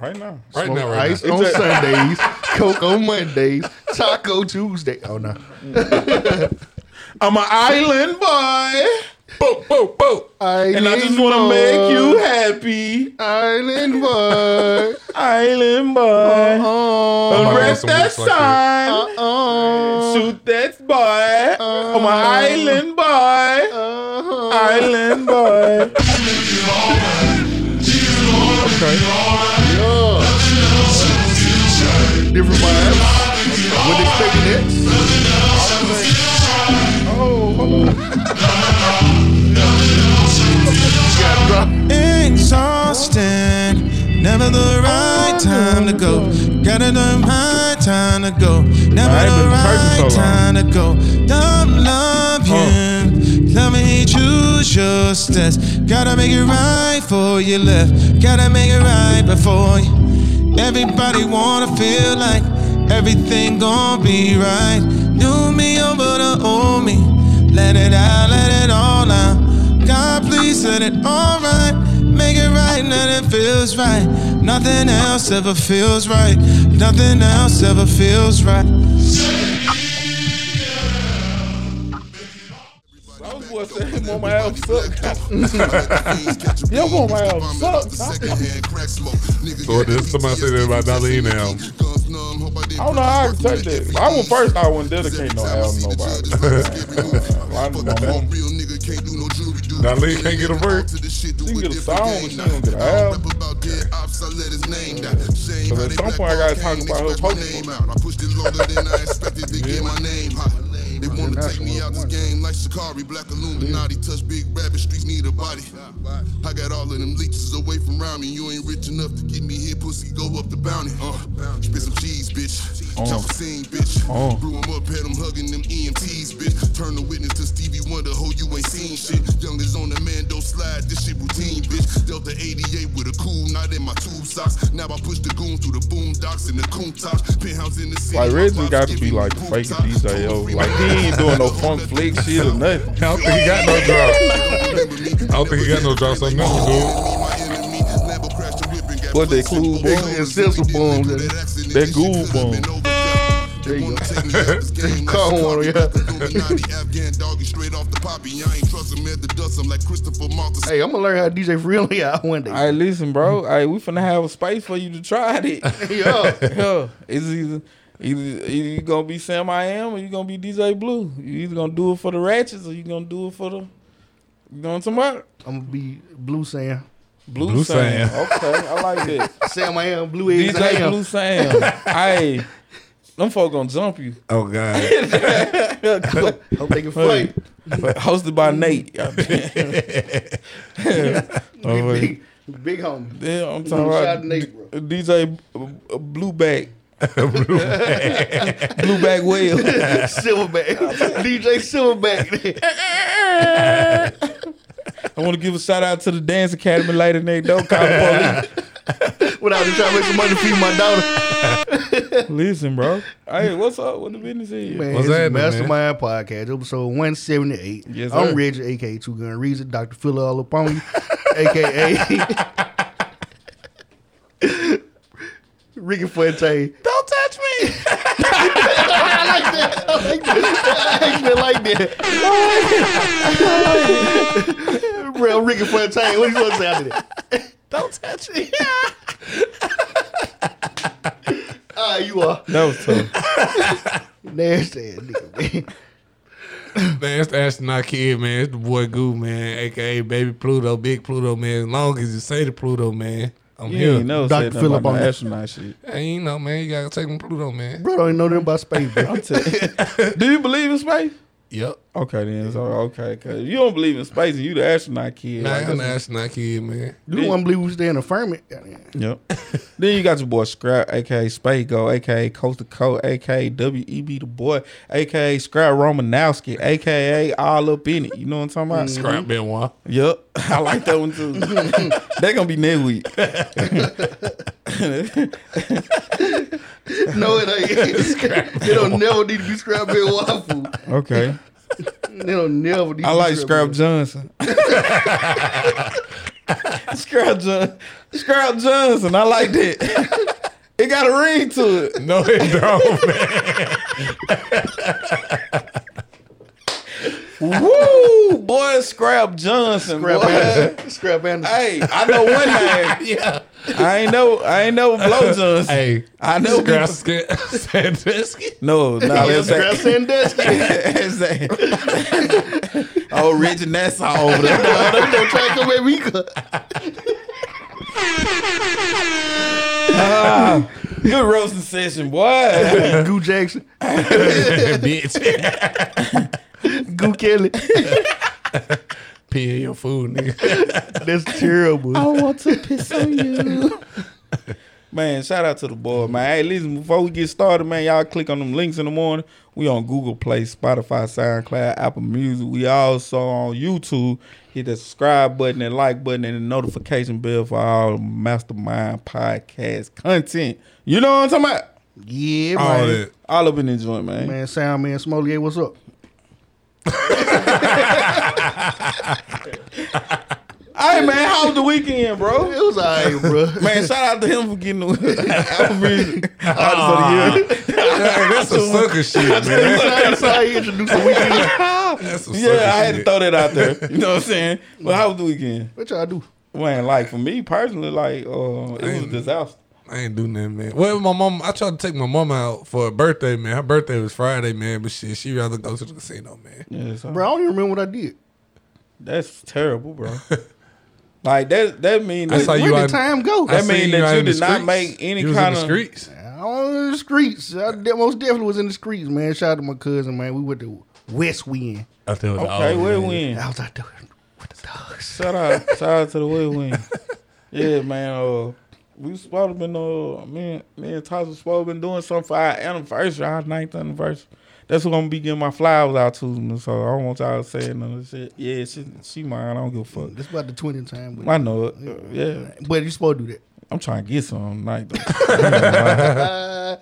Right now. Right Smoke now, right ice now. on It's a- Sundays, Coke on Mondays, Taco Tuesday. Oh no. I'm an island boy. Boop, boop, boop. Island and I just want to boy. make you happy. Island boy. Island boy. Oh, Don't my Uh-huh. rest God, that some weeks like sign. oh, Shoot that boy. I'm an Uh-huh. island boy. oh. Island boy. Different vibes. Wasn't expecting that. Exhausting, never the Oh. right time to go. Gotta know my time to go. Never I ain't the been to church right in so long. time to go. Don't love you, love and hate you just as. Gotta make it right for you left. Gotta make it right before you. Everybody wanna feel like everything gon' be right. New me over the old me. Let it out, let it all out. God, please let it all right. Make it right, and it feels right. Nothing else ever feels right. Nothing else ever feels I right. was going to say, want my ass sucked. Yo, Y'all want my ass sucked. So So this somebody say that about Darlene now. I don't know how I accept that. But I will first, I wouldn't dedicate no album to nobody. I don't know. Darlene can't get a verse. She can get a song, she don't get an album. So at some point, I gotta talk about her post. I pushed it longer than I expected. They gave my name hot. They want to take me out this game like Shikari, Black Illuminati, touch big rabbit streets, need a body. I got all of them leeches away from around me. You ain't rich enough to get me here, pussy. Go up the bounty. Uh, spit some cheese, bitch. Oh. Chop a scene, bitch. Blew 'em up, had 'em hugging them EMTs, bitch. Turn the witness to Stevie Wonder, ho, you ain't seen shit. Young is on the Mando slide, this shit routine, bitch. Delta 88 with a cool knot in my tube socks. Now I push the goon through the boom docks and the coon tops. Penthouse in the city. Like Reggie got to be like the fakest DJ yo. Like he ain't doing no funk flick shit or nothing. I don't think he got no drop. I don't think he got no drop. So nothing, dude. But they cool boom. They accessible boom. They cool boom. There you go. Call one, yeah. Hey, I'm gonna learn how to DJ really out one day. All right, listen, bro. All right, we finna have a space for you to try it. Yeah. yeah, it's either, either either you gonna be Sam I Am or you gonna be DJ Blue. You either gonna do it for the ratchets or you gonna do it for the. You know what I'm talking about? I'm gonna be Blue Sam. Blue, Blue Sam. Sam. Okay, I like that. Sam I am Blue is DJ Sam. Blue Sam. Hey, them folk gonna jump you. Oh God. I'm taking flight. Hosted by Nate. Oh, wait. Big, big homie. Yeah, I'm talking Shout out about to Nate, bro. DJ uh, uh, Blueback. Blueback Whale. Silverback. DJ Silverback. I want to give a shout out to the Dance Academy later Nate. Don't call the Without me trying to make some money to feed my daughter. police. Listen, bro. Hey, what's up with the business here? Man, What's it's the happening, man? Mastermind Podcast, episode 178. Yes, sir. I'm Reggie, aka Two Gun Reason, Dr. Phil all up on you, aka Ricky Fuente. Don't touch me. Actually, like that. Bro, Ricky Fuente, what you supposed to say after that? Don't touch me. Ah, you are that was tough. nasty ass nigga, man. Man, it's the astronaut kid, man. It's the boy Goo, man, aka Baby Pluto, Big Pluto, man. As long as you say the Pluto, man, I'm You here. ain't never Dr. said nothing Philip about no on that. astronaut shit. Hey, you know, man, you gotta take them Pluto, man. Bro, don't even know nothing about space, bro. I'm telling you. Do you believe in space? Yep. Okay, then. So, okay. Cause if you don't believe in space, you the astronaut kid. Nah, Like, I'm the that's- astronaut kid, man. You don't believe we stay in a firmament. Yep. then you got your boy Scrap, aka Spago, aka Coast to Coast, aka WEB E the boy, aka Scrap Romanowski, aka All Up In It. You know what I'm talking about? Mm-hmm. Scrap Benoit. Yep. I like that one too. they gonna be next week. No, it ain't. they don't never need to be scrap beer waffle. Okay. They don't never need I to like be Scrap Johnson. Scrap John, Scrap Johnson. I like that. it got a ring to it. No, it don't, man. Woo, boy, Scrap Johnson. Scrap boy. Anderson. Scrap Anderson. Hey, I know one name. yeah. I ain't know. I ain't know Blow Johnson. Hey, I know Scrap people- Sandusky. No, no, that's Scrap that. Sandusky. That's that. Oh, Reggie Nassau over there. Oh, they gonna try to come at me. Good roasting session, boy. Goo Jackson. Bitch. Goo Kelly. Pee in your food, nigga. That's terrible. want to piss on you. Man, shout out to the boy, man. Hey, listen, before we get started, man, y'all click on them links in the morning. We on Google Play, Spotify, SoundCloud, Apple Music. We also on YouTube. Hit the subscribe button and like button and the notification bell for all Mastermind podcast content. You know what I'm talking about? Yeah, All man. that. All up in the joint, man. Man, Sound Man Smollier, what's up? Hey, man, how was the weekend, bro? It was all right, bro. Man, shout out to him for getting the Apple Music Artist of the Year. That's some sucker shit, man. That's how he introduced the weekend. That's some Yeah, sucker I had to shit. throw that out there. You know what I'm saying? But how was the weekend? What y'all do? Man, like for me personally, like uh, it was a disaster. I ain't do nothing, man. Well, my mom, I tried to take my mom out for her birthday, man. Her birthday was Friday, man, but shit, she rather go to the casino, man. Yeah, so Bro, I don't even remember what I did. that's terrible, bro. like that that means That's that, how you Where out- did time go? I That seen mean that out you in the did not streets. make any You was in kinda- the streets. I was in the streets. I de- most definitely was in the streets, man. Shout out to my cousin, man. We went to West Wind. I thought it was okay, all- where win? I was out there with the dogs. Shout out, shout out to the way win. Yeah, man. Uh, we supposed to been uh, me, and- me and Tasha supposed to been doing something for our anniversary, our ninth anniversary. That's who I'm gonna be giving my flowers out to, man, so I don't want y'all saying none of this shit. Yeah, she, she mine. I don't give a fuck. It's about the 20 time. But, I know it. Uh, yeah, but you supposed to do that. I'm trying to get some like though.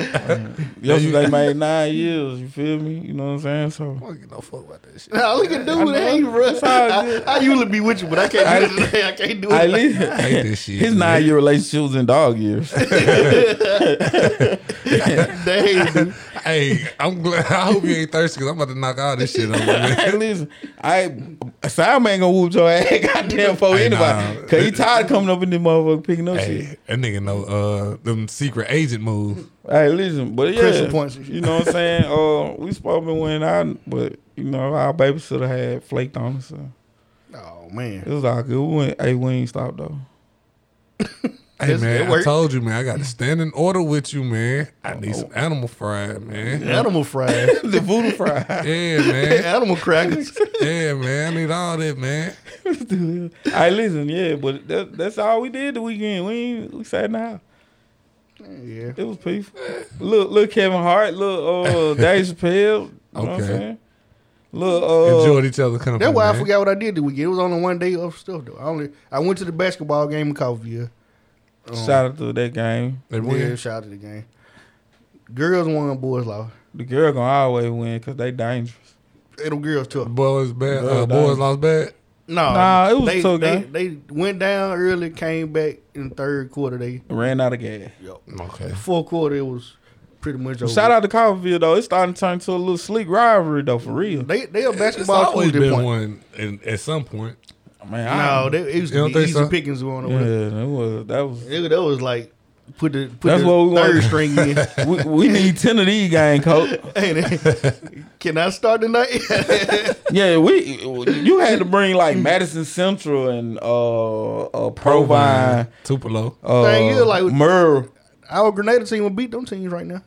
yesterday made nine years. You feel me? You know what I'm saying? So I don't give no fuck about that shit. Nah, look at dude. Hey, bro. all I, good. I usually be with you, but I can't do it today. I can't do it. I today. least hate this shit, his man. nine year relationship was in dog years. Dang, dude. Hey, I'm glad. I hope you ain't thirsty because I'm about to knock all this shit over, man. Hey, listen, I Sam ain't gonna whoop your ass goddamn for Hey, anybody. nah. Cause he tired of coming up in this motherfucker picking up shit. Hey, that nigga know uh them secret agent moves. Hey, listen, but yeah, Pressure points and shit. you know what I'm saying? Uh, we supposed to be winning out, but you know our baby should have had flaked on us. So Oh, man. it was all good. We went, hey, we ain't stopped though. Hey Yes, it man, I worked. told you, man, I got to stand in order with you, man. I need some animal fried, man. Yeah, Animal fries. the voodoo fry. man. Animal crackers. Yeah, man. I need all that, man. I listen, yeah, but that, that's all we did the weekend. We ain't, we sat in the house. yeah. It was peaceful. Look, look, Kevin Hart, look, uh, Dave Chappelle. You know what I'm Okay. saying? Look, uh, Enjoyed each other company. That's why I man. forgot what I did the weekend. It was only one day of stuff though. I only I went to the basketball game in Coffeeville. Um, shout out to that game. They Yeah, win. shout out to the game. Girls won, boys lost. The girl gonna always win because they dangerous. They them girls took. Boys bad. Yeah, Uh, dang. boys lost bad. No, Nah, it was they, a tough they, game. they went down early, came back in the third quarter. They Ran out of gas. Okay. fourth quarter it was pretty much over. Shout out to Colville though. It's starting to turn into a little sleek rivalry though, for real. They they a It's basketball always team. been point. one in, at some point. Man, I, No, they, it was You don't the think easy so? pickings going yeah, on. that was that was. It, that was like put the put That's the what we want. third string in. We, we need ten of these game, coach. Ain't it? Can I start tonight? Yeah, we you had to bring like Madison Central and uh, uh Provine, Tupelo. uh, Dang, you like- Murr. Our Grenada team will beat them teams right now.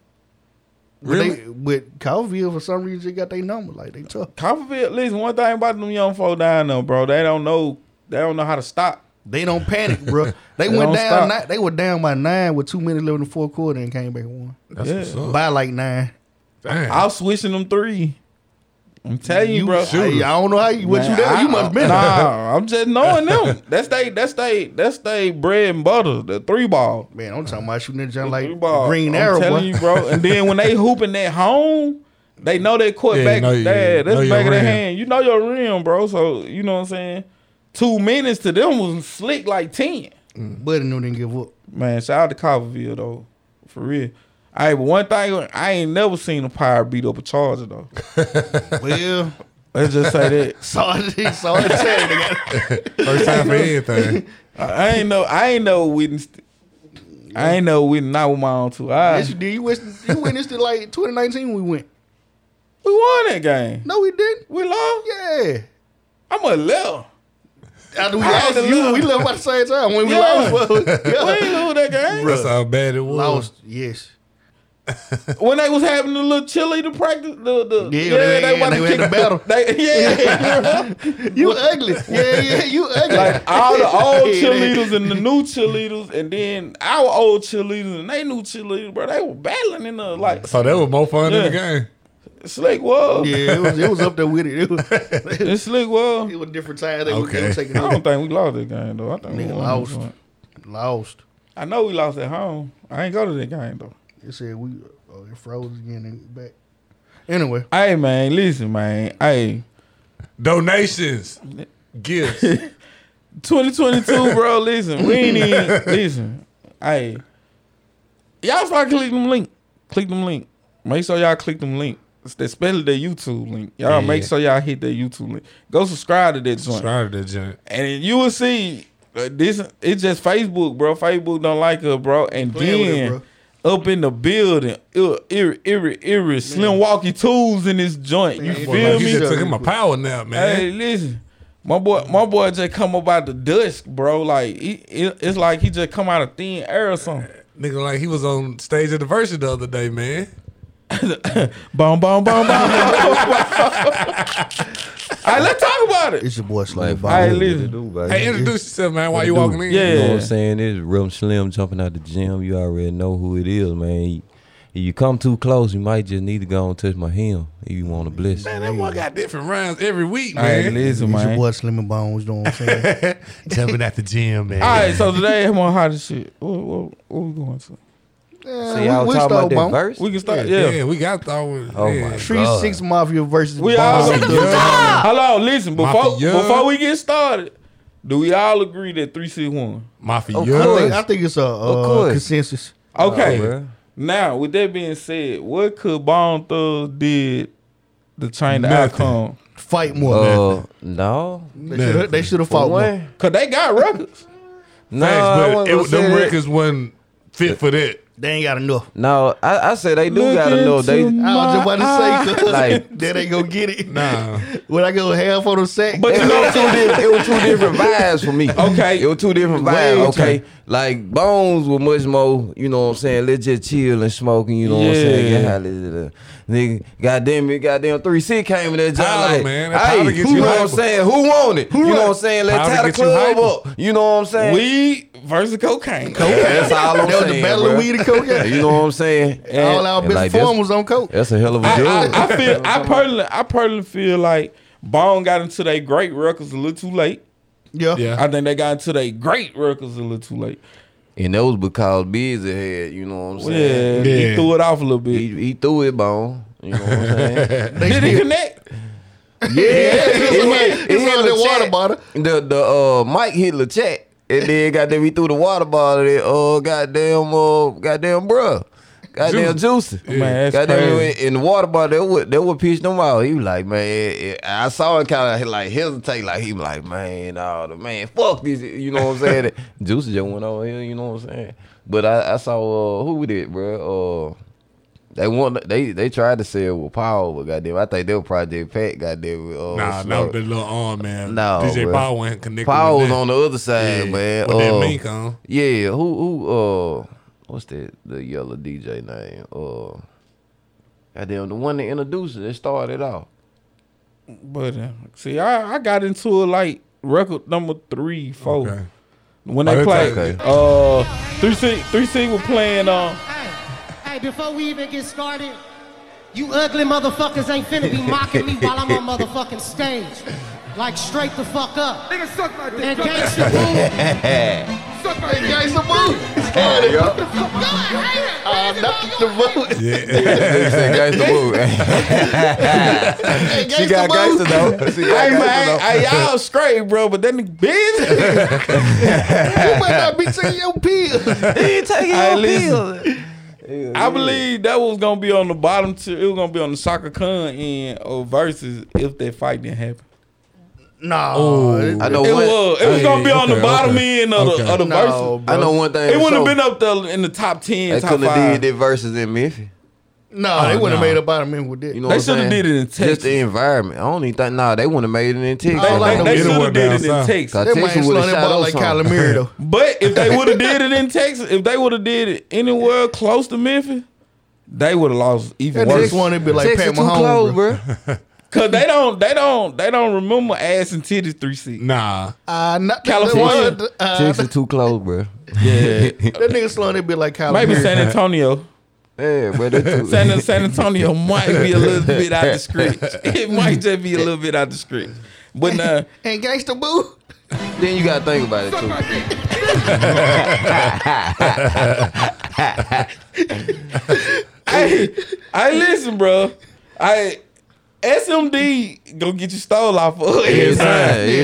But Really? They, but Calville, for some reason, they got their number. Like, they tough. Copperfield, listen, one thing about them young folk down there, bro, they don't know they don't know how to stop. They don't panic, bro. They, They went don't stop. down. Nine, they were down by nine with two minutes left in the fourth quarter and came back and won. That's Yeah. what's up. By like nine. Damn. I was switching them three. I'm telling you, bro. I, I don't know how you, what you Man, done. I- uh, You must been. Nah, I'm just knowing them. That's they that's they that's they bread and butter, the three ball. Man, I'm talking about shooting that jump like three ball. Green I'm Arrow, telling bro. you, bro. And then when they hooping that home, they know they court Yeah, back. know Know, you- that's know your back of their rim. hand. You know your rim, bro. So you know what I'm saying. two minutes to them was slick like ten. Buddy knew didn't give up. Man, shout out to Copperville though, for real. All right, but one thing I ain't never seen a pirate beat up a Charger though. Well, Let's just say that sorry, sorry, nigga. First time for anything. I, I ain't know. I ain't know witness. I ain't know witness. Not with my own two Yes, eyes. you did. You witnessed, you witnessed it like 2019 we went. We won that game. No, we didn't. We lost. Yeah. I'm a left. After we I had lost, to you, lose. we left by the same time when we Yeah. lost. well, We yeah. ain't lose that game. That's how bad it was. Lost, yes. when they was having the little chili to practice, the, the Yeah, they- yeah, they had kick- the battle. They, yeah, You ugly. Yeah, yeah, you ugly. like all the old Yeah, they- cheerleaders and the new cheerleaders, and then our old cheerleaders and they new cheerleaders, bro. They were battling in the like So that was more fun than the Yeah. game. slick wall. Yeah, it was, it was up there with it. It was, it It's slick wall. was different times. They, okay. they Okay. were taking I over. don't think we lost that game though. I think we Nigga won this lost. one. Lost. I know we lost at home. I ain't go to that game though. It said we oh, it froze again and back. Anyway, Hey man, listen man. Hey, Donations, gifts. 2022, bro. Listen, we ain't even listen. Hey, y'all start clicking them link. Click them link. Make sure y'all click them link, especially the YouTube link. Y'all make Yeah. sure y'all hit that YouTube link. Go subscribe to that joint, Trying to jump. and you will see. uh, This it's just Facebook, bro. Facebook don't like her, bro. And Playing with it, then up in the building, uh, ir- ir- ir- ir- slim walkie tools in this joint. You Man, Boy, like feel you me? just took him a power nap, man. Hey, listen, my boy, my boy just come up out the dusk, bro. Like he, it, it's like he just come out of thin air or something. Nigga, like he was on stage at the version the other day, man. Boom, boom, boom, boom. boom, boom, boom. All right, let's talk about it. it's your boy Slay Like, Bob. I Hey, what listen. to do, baby. Hey, introduce yourself, man, while you What it walking in. do? You know what Yeah. I'm saying? It's Rim Slim jumping out the gym. You already know who it is, man. You- If you come too close, you might just need to go and touch my hem if you want to bless. Man, that boy got different rhymes every week, All right, man. listen, It's your man. All boy Slim and Bones, you know what I'm saying? Jumping at the gym, man. right, so today I'm on hot as shit. What, what, what we going to? Yeah, So y'all we, we talking stole about that Bones. verse? We can yeah, start. Yeah. yeah, we got thought with. Oh, yeah. my Three God. Six Mafia versus We all. Bones. Shut the fuck up. Hello, listen. Before Mafia. before we get started, do we all agree that three six one? Mafia. Of I think, course. I think it's a uh, course. consensus. Okay. Oh, bruh. Now, with that being said, what could Bone Thugs did to change the Nothing. outcome? Fight more. Uh, no, they shoulda- they should have For fought more. one. Cause they got records. No, Thanks, I but wasn't it, gonna say them that. records wasn't fit for that. They ain't got enough. No, I, I say they do got to know. They I was just about to say, cause Like- they ain't gonna get it. Nah. When I go half on the sack, But It you know, was, two different, it was two different vibes for me. Okay. It was two different Way vibes. different. Okay. Like Bones was much more, you know what I'm saying? Let's just chill and smoke and you know what I'm saying? Get Yeah. high, let's just, uh, Nigga, goddamn it, goddamn 3 6 came in that job. Power, like, man. That power Hey, gets who you know what I'm hyper. saying? Who want it? you know what I'm saying? Let's Power tie the gets you club hyper. up. You know what I'm saying? weed versus cocaine. That's all I'm that was saying. the battle of bruh. weed and cocaine. You know what I'm saying? All our And best like, that's- form was on coke. That's a hell of a I, drug. I, I feel. I personally, I personally feel like Bone got into their great records a little too late. Yeah. Yeah. I think they got into their great records a little too late. and that was because Busy had, you know what I'm saying? Yeah, Yeah. he threw it off a little He, bit. he threw it bone. You know what I'm saying? Did he connect? Yeah, It's like- it, it's hit like that LeChat. water bottle. The the uh, mic hit the chat, and then goddamn he threw the water bottle. That uh, goddamn uh, goddamn bruh. Goddamn juicy, Man, that's goddamn crazy. in the water bottle. That would that would piss them out. He was like, man, eh, eh, I saw him kind of like hesitate. Like he was like, man, oh the man, fuck this. You know what I'm saying? juicy just went over here. You know what I'm saying? But I, I saw uh, who did, bruh? Uh, they want they they tried to sell with Paul, but goddamn, I think they were Project Pat. Goddamn, Nah, uh, that was Snow. the little arm, man. No, DJ bruh. Paul wasn't connected. Paul with was that. on the other Yeah, side, man. With Uh, that mink on. Yeah, who who uh, what's that? The yellow DJ name? Uh, goddamn, the one that introduced it. That started it off. But uh, see, I, I got into it like record number three, four. Okay. When Oh, they that's played okay. uh three six three six were playing uh Hey, hey, before we even get started, you ugly motherfuckers ain't finna be mocking me while I'm on motherfucking stage. Like, straight the fuck up. Nigga, suck my dick. And gangsta Uh, boo. Gangsta Boo. she got gangsta though. She Hey, got man, gangsta hey, y'all straight, bro, but that nigga busy. You might not be taking your pills. Hey, listen. I believe that was gonna be on the bottom two. It was gonna be on the soccer con end of versus if that fight didn't happen. No, though. I know It one. was. It was Hey, gonna be on the okay, bottom okay. end of the, Okay. of the no, versus. bro. I know one thing. It wouldn't have for been sure. up there in the top ten, They top couldn't have five. did that versus in Memphis. no, they Oh, wouldn't no. have made up out of me with that. You know They what I'm shoulda saying? did it in Texas. Just the environment. I don't even think. Nah, they wouldn't have made it in Texas. They- They, Like they the should middle have one did down it in south. Texas. Cause that man Texas slung would have that shot ball up like something. Kyler Murray though. But if they would have did it in Texas, if they would have did it anywhere close to Memphis, they would have lost even That worse. next one, it'd be like Texas Pat too close, Mahomes. bro. bro. Cause they don't, they don't, they don't remember ass and titties three C. Nah. Uh, not California. That, uh, Texas too close, bro. Yeah, that nigga slung that bit like Kyler maybe Murray. San Antonio. Yeah, bro. They too. San, San Antonio might be a little bit out the script. It might just be a little bit out the script. But nah, and Gangsta Boo. Then you gotta think about it too. hey, hey, listen, bro. I SMD gonna get you stole off of Every every time. time, every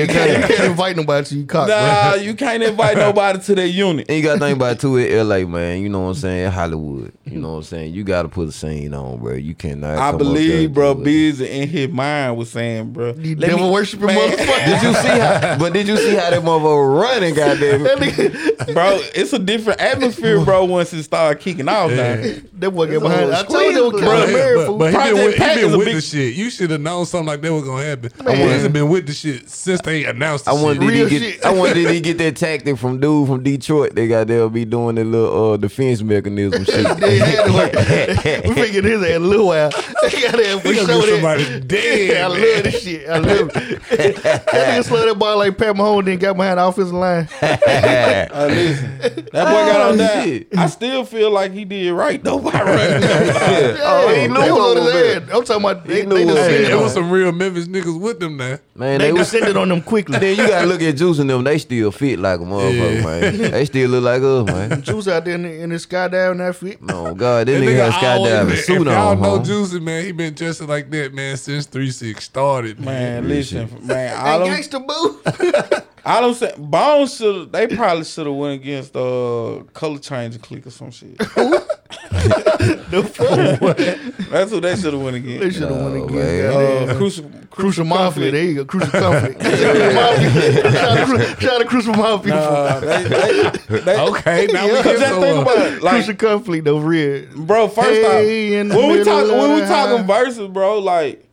You can't, time. you can't invite nobody to your cock, Nah, you can't invite nobody to their unit. And you gotta think about it too in LA, man. You know what I'm saying? Hollywood. You know what I'm saying? You gotta put a scene on, bro. You cannot. I come up there believe, and bro, do it. Busy in his mind was saying, bro. bro. You let devil me- worshiping Man. motherfucker. Did you see how? But did you see how that motherfucker running? Goddamn That it! nigga, bro, it's a different atmosphere, bro, once it started kicking off. now. that boy get behind. I told you, it was But, Kyler Murray. but, fool. but he Project been, with- he Pat been is a with big- the shit. You should have known something like that was gonna happen. Man. He's been with the shit since they announced the I shit. wonder did Real he shit. get. I wonder did he get that tactic from dude from Detroit? They got they'll be doing the little uh, defense mechanism They shit. had to work. we figured his ass a little while. They got that for He gonna get sure that- somebody dead. Yeah, I man. love this shit. I love it. that nigga slung that ball like Pat Mahomes then got behind the offensive line. Oh, Uh, listen, that boy got Oh, on that. shit. I still feel like he did right though by running. Oh, he knew they it was on his was head. I'm talking about they, knew they it was Hey, descended there was on some real Memphis niggas with them now. Man, they they was. descended on them quickly. Then you gotta look at Juice and them. They still fit like a motherfucker, Yeah. man. They still look like us, man. Juice out there in the, in the skydive outfit. Oh God, this That nigga got a always skydiving been- suit if y'all on. know huh? Juicy, man, he been dressing like that, man, since 3 6 started, man. man, listen, man, all And them, gangster boo. all them say, Bones should they probably should have went against uh color change clique or some shit. That's what they should have went They against. should have won No, against man. goddamn. Uh, crucial, Crucial Mafia. conflict. There you go. Crucial Conflict. Crucial Mafia. Shout out to Cru- shout out to Crucial Mafia. Uh, they, they, they, Okay, now we Cause get just think so about it, like, Crucial Conflict though, real. bro. First Hey, in off, the when we middle talking, of when we the talking high. verses, bro, like,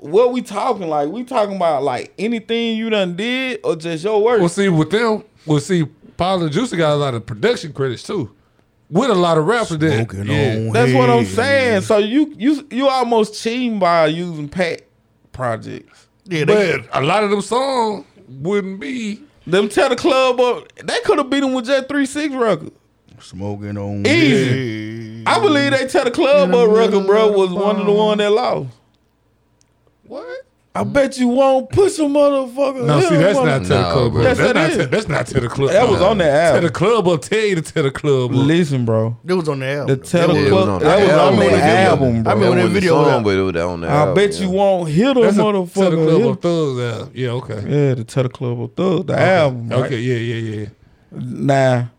what we talking? Like, we talking about like anything you done did or just your work? Well, see, with them, well, see, Paul and Juicy got a lot of production credits, too. With a lot of rappers that. Smoking Yeah. on That's what I'm head. saying. So you you you almost cheating by using Pat projects. Yeah, they, But a lot of them songs wouldn't be. Them tell the club up they could have beat him with just three six record. smoking on Easy. I believe they tell the club up record, bro, was one of the one that lost. What? I bet you won't push a motherfucker. No, Yeah, see, that's mother- not to the Nah, club. bro. up. Yes, That's, that not is. to, that's not to the club. that was on the To the album. club up. Tell you to tell the club up. Listen, bro. That was on the The album. tell Yeah, the it was on club the that was on album. It the was- it album, was- I bro. remember when That that wasn't a video was song, out. but it was on the I album, bet yeah. you won't hit a That's a, to the club motherfucker. up thugs album. Yeah, okay. Yeah, the Tell the Club of Thug, the album. right? Okay, yeah, yeah, yeah. Now,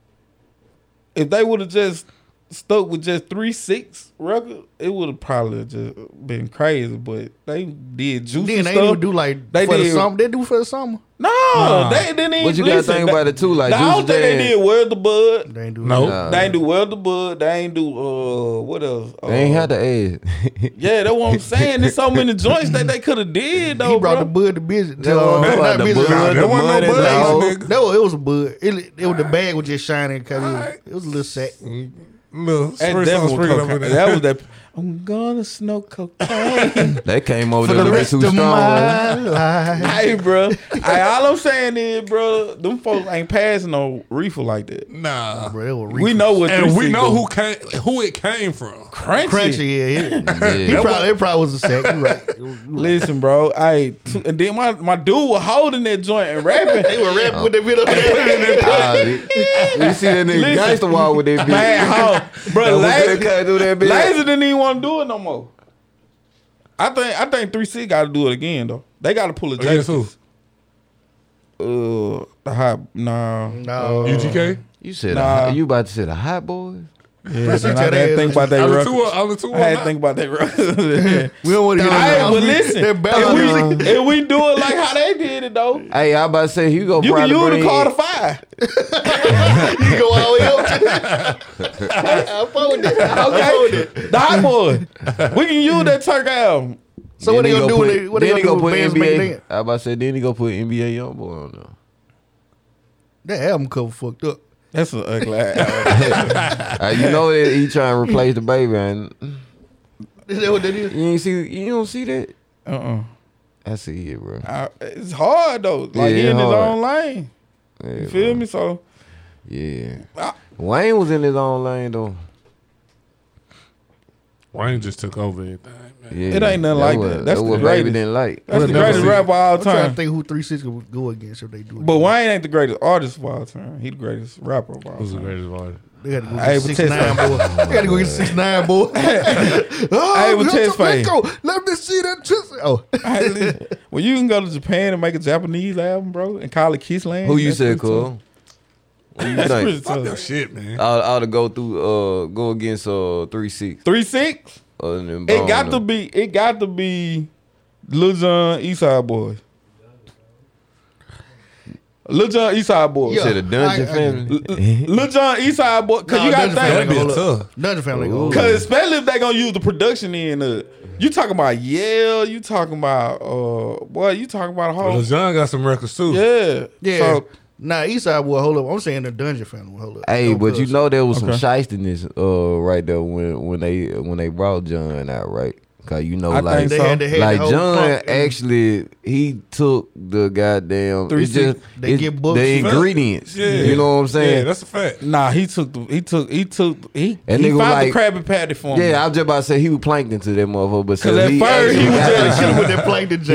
if they would have just stuck with just three six record, it would have probably just been crazy. But they did juicy Then they stuff. didn't even do like They for did- the summer. They do for the summer. no, they didn't even. But you gotta listen, think they- about it too, like the only Juice thing they Dad. did World the Bud. They ain't do No. Nah. They ain't do World the Bud. They ain't do uh what else? Uh, They ain't had the ass. Yeah, that's what I'm saying. There's so many joints that they could have did though. He brought bro. the bud to business. That uh, one not about the business, bud, uh, the There wasn't no money, bud, dog. nigga. No, it was a bud. It, it was the bag was just shining because it, was- it was a little sack. Look, That spring devil song, spring up in cocaine. there. That was that. I'm gonna snow cocaine. They came over For there the way rest too of strong. my man. life. hey, bro. Hey, all I'm saying is, bro, them folks ain't passing no reefer like that. Nah. Bro, that was We know what And 3 we six know do. who came, who it came from. crunchy. Crunchy, yeah. He, he Yeah. probably, it probably was a sack. You right. You right. Listen, bro. I and then my, my dude was holding that joint and rapping. They were rapping with their middle finger. Ah, you you see that nigga Listen. gangster walk with that bitch. Man, how, bro, Lazy, lazy, do that bitch. lazy didn't even want to do it no more. I think I think three C got to do it again though. They got to pull a Against who? Jacobs. Uh, the hot nah. No. UGK? You said Nah. a, hot- you about to say the hot boys? Yeah, man, I tell didn't that- think about that. I'm the record. two. I'm the two. I had to think about that. record. We don't want to hear Hey, that. but listen, They're if battle music. we, if we do it like how they did it though, Hey, I about to say Hugo you can probably use bring, the call to fire. You go all the way up to I fuck with that. Okay, the hot boy. We can use that Turk album. So what Then they gonna do put, when they what they gonna then do put with bands make NBA? that? I about to say then he gonna put NBA YoungBoy on there. That album cover fucked up. That's an ugly album. Uh, you know that he trying to replace the baby, and Is that what that is? you ain't see you don't see that. Uh-uh. I see it, bro. I- it's hard though. Like he Yeah, in his hard. own lane. Yeah, You feel me? Ah. So yeah. I- Wayne was in his own lane though. Wayne just took over everything. Man. Yeah, It ain't nothing like that. was- That's that the what greatest. baby didn't like. that's the never greatest see rapper of all I'm trying to time. think who Three Six would go against if they do it. But Wayne ain't the greatest artist of all time. He the greatest rapper of all Who's the time. greatest artist? they gotta go Hey, get but six nine boy. They gotta go get six nine boy. Hey, Oh, but Gulf Test Fade. Jamaica. Let me see that. Test- Oh, I listen, well, you can go to Japan and make a Japanese album, bro, and call it Kiss Land. Who you That's said, pretty tough. cool? Who you That's think? pretty Fuck that tough. shit, man. I'll, I'll go through uh go against uh three six. Three six. Other than It Bone, got to though. be. It got to be. Lil Jon, Eastside Boy. Lil Jon, Eastside Boy. Yeah. Said a I- I- dungeon family. Lil Jon, Eastside Boy. Cause Nah, you got to Dungeon Family think. That'd be hold up. tough. Dungeon Family. Ooh. Go. Cause especially if they gonna use the production in uh, you talking about Yale, you talking about uh boy, you talking about a Lil whole Jon got some records too. yeah. Yeah. So, nah, Eastside boy, hold up. I'm saying the Dungeon Family would hold up. Hey, No but you cuss. know there was some Okay. shystiness uh right there when when they when they brought John out, right? Cause you know I like think they so. had to have the like whole John funk and actually he took the goddamn Three it's just six- They it's get books. the ingredients. You know what I'm Yeah, saying? Yeah, that's a fact. nah, he took the he took he took he, That he nigga found like- the Krabby Patty for me. I was just about to say he was plankton to that motherfucker, but Cause so at he first he actually was got just- They this should shit. have went there playing the J.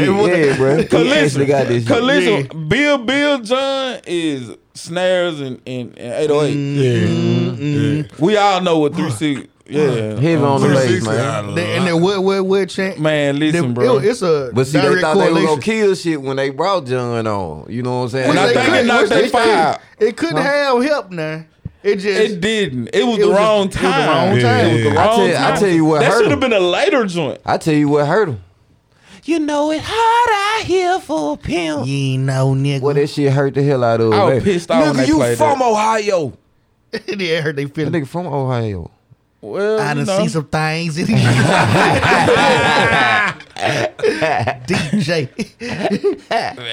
yeah, bro. He Cause actually listen, got this. cause shit. listen, Bill Bill John is snares and, and, and 808. Yeah. Mm-hmm. yeah. We all know what three six. Yeah, Hit on the base, 360 man. out of They, and line. then what? What? What? Chant. man. Listen, Them- bro. it- it's a But see, direct they thought they were correlation. gonna kill shit when they brought John on. You know what I'm saying? When Which I they think it couldn't- knocked which they they five. couldn't- It couldn't have helped now. It just it didn't. It was It the was wrong just- it was the time. wrong time. It was the Yeah. wrong I tell- I time. tell you what that hurt should have him. been a later joint. I tell you what hurt him. You know it hard out here for a pimp. You ain't no nigga. Well, that shit hurt the hell out of him. I was man. pissed off when Nigga, they you played from that. Ohio. yeah, I heard they That feeling. nigga from Ohio. Well, I you done know. see some things. DJ.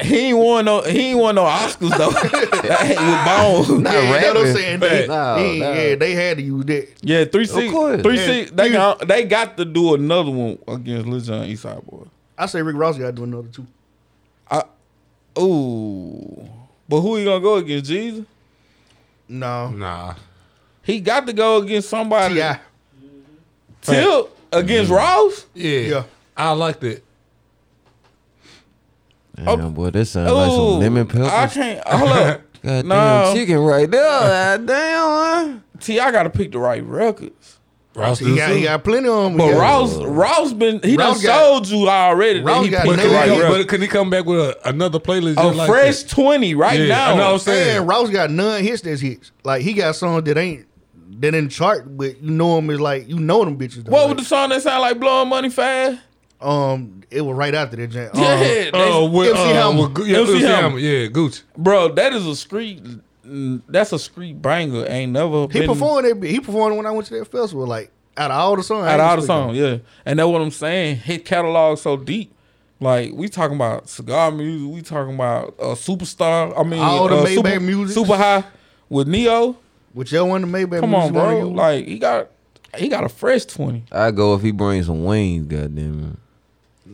He ain't won no. He ain't won no Oscars though. With Bone. Not yeah, you know what I'm rapping. saying? They, No, they- no. Yeah, they had to use that. Yeah, three six, course. three Yeah. six. They got they got to do another one against Lil Jon Eastside Boy. I say Rick Ross got to do another two. Ooh, but who he gonna go against? Jesus? No. Nah. He got to go against somebody. Yeah. Till against Ross. Yeah. Yeah. I liked it. Damn, boy, that sounds Ooh, like some lemon Oh. I pepper. can't. Hold up. Goddamn No. chicken right there. Goddamn, huh? T, I gotta pick the right records. Ross He got, he got plenty of them. But yeah. Ross, Ross been he Ross done got- showed you already that Ross he got picked but the can, nailed. right he, record. but can he come back with a, another playlist? A just like fresh that? twenty right Yeah, I now. know what I'm And saying. Ross got none hits that's hits. Like, he got songs that ain't, that didn't chart, but you know them is like, you know them bitches. Though. What was Like, the song that sound like blowing money fast? Um, it was right after that jam. Um, Yeah, Oh, that's- with, MC uh, Hammer. with Gu- yeah, MC MC Hammer. Hammer. Yeah, Gucci. bro, that is a street. mm, That's a street banger. Ain't never He been performed that. He performed when I went to that festival. Like out of all the songs, I out ain't all the speak on songs. Yeah, and that's what I'm saying. His catalog so deep. Like we talking about cigar music, we talking about uh, superstar. I mean, All the uh, Maybach super, music. super high with Neo. With your one, the Maybach. Come music on, bro. you- Like he got he got a fresh twenty. I go if he brings some wings. Goddamn.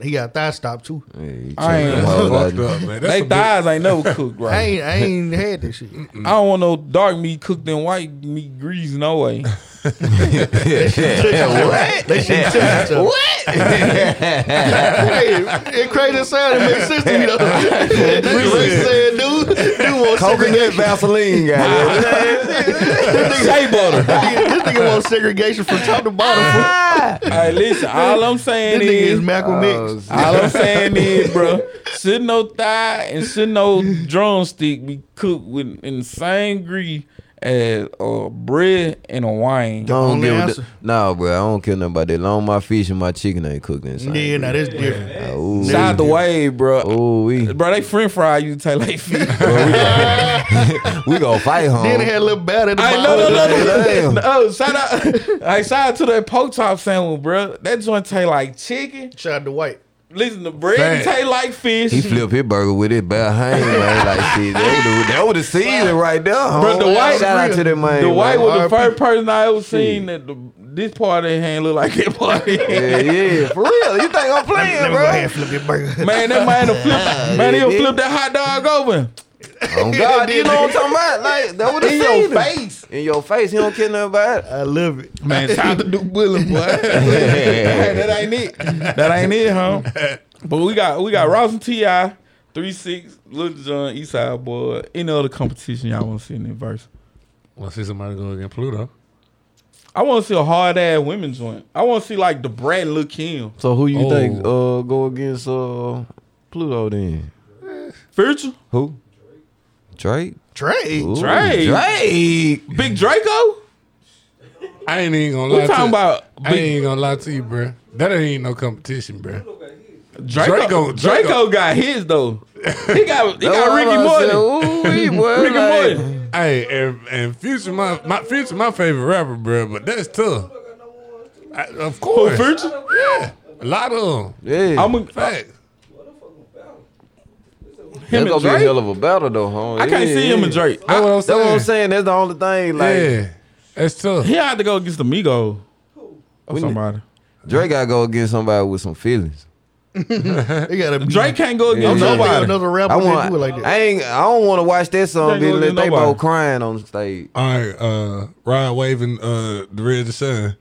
he got thigh stop too. Hey, I ain't- check them all out. Fucked up, man. That's they some thighs ain't never cooked I right. ain't, I ain't had that shit. I don't want no dark meat cooked in white meat grease. No way. what? They should check each other. Hey, it crazy sound. It makes sense to me though. That's what they said, dude. Dude wants Coconut segregation. Vaseline, guy. Shea butter. This nigga- this nigga wants segregation from top to bottom. fool. All right, listen. All I'm saying This nigga is is, Malcolm Oh, X. all I'm saying is, bro, sitting no thigh and sitting no drumstick be cooked with in the same grease as uh, bread and a wine. Don't Only give a d- answer. nah, bro. I don't care nothing about that. Long my fish and my chicken ain't cooked in the same. Yeah, now that's different. Oh, Shout out the way, bro. Oh, we Bro, they French fry you take like feet. we gonna fight, Then it home. had a little batter at the I bottom. no no no Damn. no. Oh, shout out! I shout out to that poke top sandwich, bro. That joint taste like chicken. Shout out to White. Listen, the bread Damn. taste like fish. He flipped his burger with his bare hand, man. Like shit, that was the, that was the season right there. Home. Bro, the white- shout out to that man. the white man. was the R.I.P. first person I ever seen that the, this part of their hand look like that part. Of their Yeah, hand. yeah, for real. You think I'm playing, Let me go ahead bro? and flip your burger. Man, that man flip, man, he'll yeah. flip that hot dog over. Oh God, you know what I'm talking about? Like that was the In your season. face, in your face. He don't care nothing about it. I love it. Man, time to do bullying, boy. that ain't it. That ain't it, huh? But we got we got Ross and Ti, three six, Little John, Eastside Boy. Any other competition y'all want to see in the verse? Wanna see somebody go against Pluto? I want to see a hard ass women joint. I want to see like the Brad Lil Kim So who you Oh. think uh go against uh Pluto then? Future, Who? Drake. Trey. Ooh, Drake? Drake. Big Draco. I ain't even gonna lie. We to talking about I Big ain't gonna lie to you, bruh. That ain't no competition, bruh. Draco, Draco. Draco- Draco got his though. He got he got Ricky Morton. Morty. Ooh, boy, Ricky like- Morton. Hey, and, and future my, my future my favorite rapper, bruh, but that's tough. I- of Who, course, Oh, Future? yeah, a lot of them. Yeah, I'm a, Facts. that's him gonna and be a Drake. hell of a battle though, homie. I can't see him and Drake. That's what I'm That's what I'm saying. saying. That's the only thing. Like yeah, that's tough. He had to go against the Migo or We need- somebody. Drake gotta go against somebody with some feelings. They gotta be. Drake can't go Yeah. against I'm nobody. another rapper I that want. do it like that. I ain't. I don't want to watch that song. Drake Then gonna let get they nobody. both crying on stage. All right, uh, Ryan waving uh the red to sun.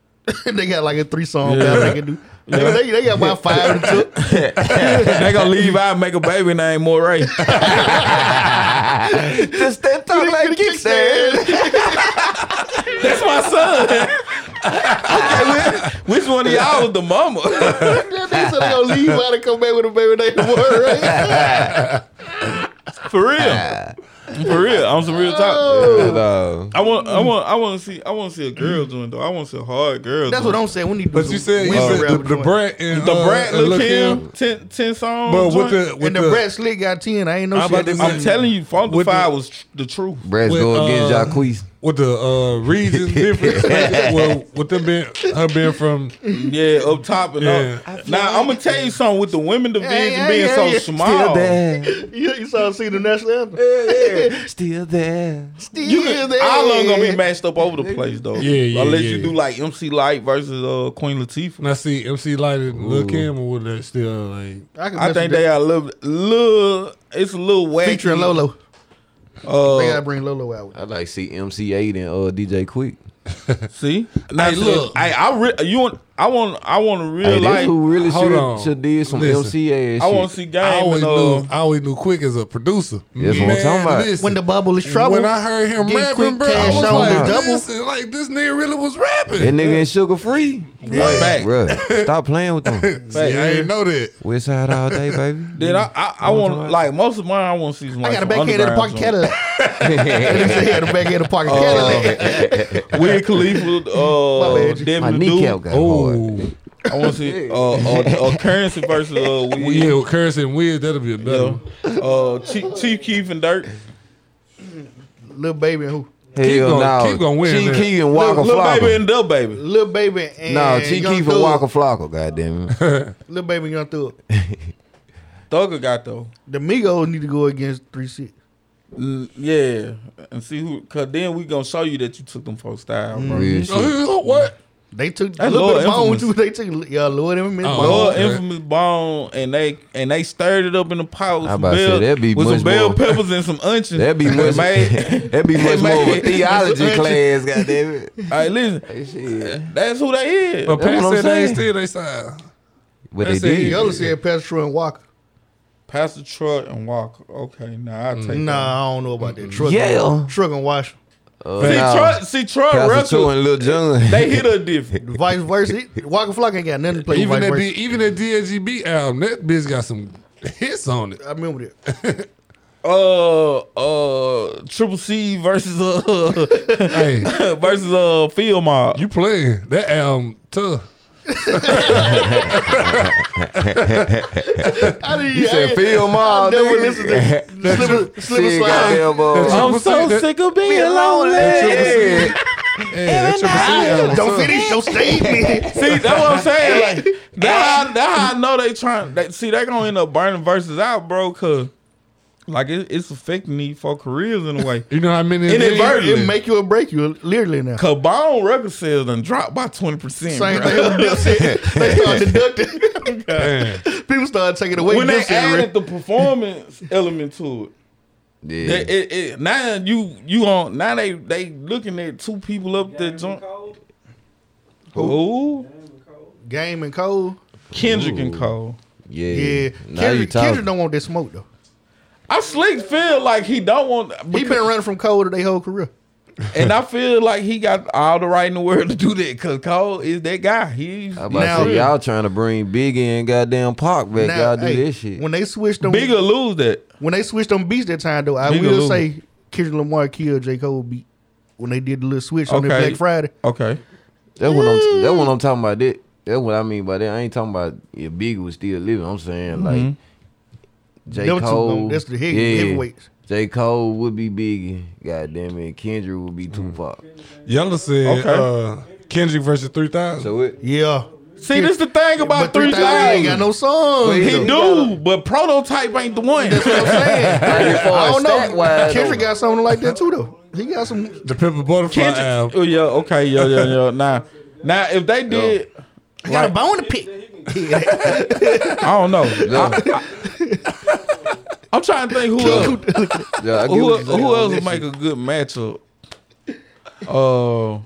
they got like a three song battle they can do. They, they got about five and two. they gonna leave out and make a baby named Moray. Just that talk like kickstand. That's my son. okay, which, which one of y'all was the mama? they said they gonna leave out and come back with a baby named Word, right? For real. For real. I'm some real Oh. talk. No. I want I want I want to see I want to see a girl doing though. I want to see a hard girl. That's what I'm saying. We need to do But you some said you women said rapper the, the joint. Brett and the uh, Brad and Lil Lil' Kim 10, 10 songs. but with joint. the with And the Brett Slick got ten. I ain't no I'm shit. about to that- I'm telling you, Funk With the- Five was tr- the truth. Brad's With, go against uh, Jacquees. with the uh, reasons difference, well, with them being her being from Yeah, up top and Yeah. up. Now I'm gonna tell you something with the women division yeah, being yeah, so yeah. Still small. there. You, you saw see the national anthem. Still there. Still You can, there. all of them gonna be matched up over the place though. Yeah, yeah, Unless yeah. you do like MC Light verversus uh, Queen Latifah. now see MC Light and Lil Kim or would that still like can I mess think with they that. are a little, little. It's a little wacky. featuring Lolo. Oh. They Uh, gotta bring Lolo out. I like see MC8 and uh, DJ Quick. see, now Hey, look, look. I, I, re- you want, I want, I want a real Hey, this life. who really hold should on. should did some Listen, MCA. I want to see I game always and uh, knew I always knew Quick as a producer. That's what I'm talking about. listen, When the bubble is trouble. when I heard him get rapping, quick bro, I cash was on like, the double. listen, like this nigga really was rapping. That nigga ain't sugar free. Yeah. Fact. Bruh, stop playing with them. See, I ain't know that. West side all day, baby. Then I, I, I want like most of mine. I want to see some. I Like, got a some backhand in the underground parking Cadillac. I They said he had a backhand in the Oh. parking Cadillac. joint. Wiz Khalifa, My uh, bad. My Devin kneecap Duke. got hard. Oh, I want to see uh, uh, uh, currency versus uh, well, Wiz. yeah, with Curse and Wiz, that'll be a better. Yeah. one. Uh, Chief, Chief Keef and Dirk. Little baby and who? Keep Hell going- no. keep going winning Chief that. Keef and Walker Lil Baby Flocka. and Dub Baby. Little baby and No, Chief Young Keef Thug. and Walker Flocka, goddamn it. Little baby and Young Thug. Thugger got though. The Migos need to go against three six. L- Yeah, and see who. Cause then we gonna show you that you took them folks style, bro. Real Oh, shit. who- who- what? They took That's a little bit of Lord bone too. Infamous. They took yeah, Lord Infamous Oh, bone. Lord okay. infamous bone, and they and they stirred it up in the pot with I some about to say, bell, that'd be with much some bell more- peppers and some onions. That'd be And much. made- that'd be much it more of a made- theology class. Goddamn it. All right, listen, Hey, shit. that's who they is. But That's Pat what I'm said they ain't saying. still they side. What They they said did. he The other said Pastor Troy and Walker. Pastor Truck and Walker. Okay, nah, I will take that. Nah, I don't know about that. Truck Yeah. and, truck and Wash. Uh, See, nah, Truck, see, Truck Pastor Troy wrestled. and Lil John. They hit her different. Vice versa. He- Walker Flock ain't got nothing to play Even with that vice D, versa. even that DLGB album, that bitch got some hits on it. I remember that. Uh, uh, Triple C versus uh hey, versus uh Field Mob. you playing that album tough? I didn't, You said Phil I Miles. never nigga. listened to Slip, and- slip and Shit, slide. goddamn, uh, I'm so That- sick of being lonely. yeah. Yeah, that Triple C album. Don't tough. finish your statement. See, that's what I'm saying. Like, that's how, that's how I know they trying. That, see, they gonna end up burning verses out, bro. Cause like it, it's affecting these for careers in a way. You know how many? Inadvertently. It make you or break you, literally now. Cabone record sales done dropped by twenty percent. Same thing with Dipset. They start deducting. Man, People start taking away When they Dipset. added the performance element to it, Yeah. that it, it, now you you on now they they looking at two people up the joint. Who? Game and Cole. Kendrick and Cole. Yeah. Yeah. Now you Kendrick, Kendrick talking. don't want that smoke though. I slick feel like he don't want. He been running from Cole to their whole career. And I feel like he got all the right in the world to do that because Cole is that guy. He's I about to say, Now- y'all trying to bring Biggie and goddamn Pac back. y'all do hey, this shit. When they switched them bigger lose that. when they switched them beats that time though, I Bigger will Lou. say Kendrick Lamar killed J. Cole beat when they did the little switch on their Okay. Black Friday. Okay. That's what I'm. That's what I'm talking about. That. That's what I mean by that. I ain't talking about if Biggie was still living. I'm saying like J Them two Cole. gonna- that's the heavy- heavyweights. J Cole would be Biggie. Goddamn it, Kendrick would be Tupac. Yella said Okay. uh, Kendrick versus Three Thousand. So it. Yeah. See, this the thing about but 3000 three ain't got thousand. no song. Wait, He do, but prototype ain't the one. I'm saying. Like, as far I don't as stat know. wise, Kendrick though. got something like that too though. He got some the Pimp a Butterfly Kendrick. album. Oh yeah. Okay. Yeah. Yeah. Yeah. Now, now if they did, I got a bone to pick. I don't know. Yeah. I'm trying to think who else. Yeah, I get Who, what you're saying who on else would this make shit. a good matchup? Uh,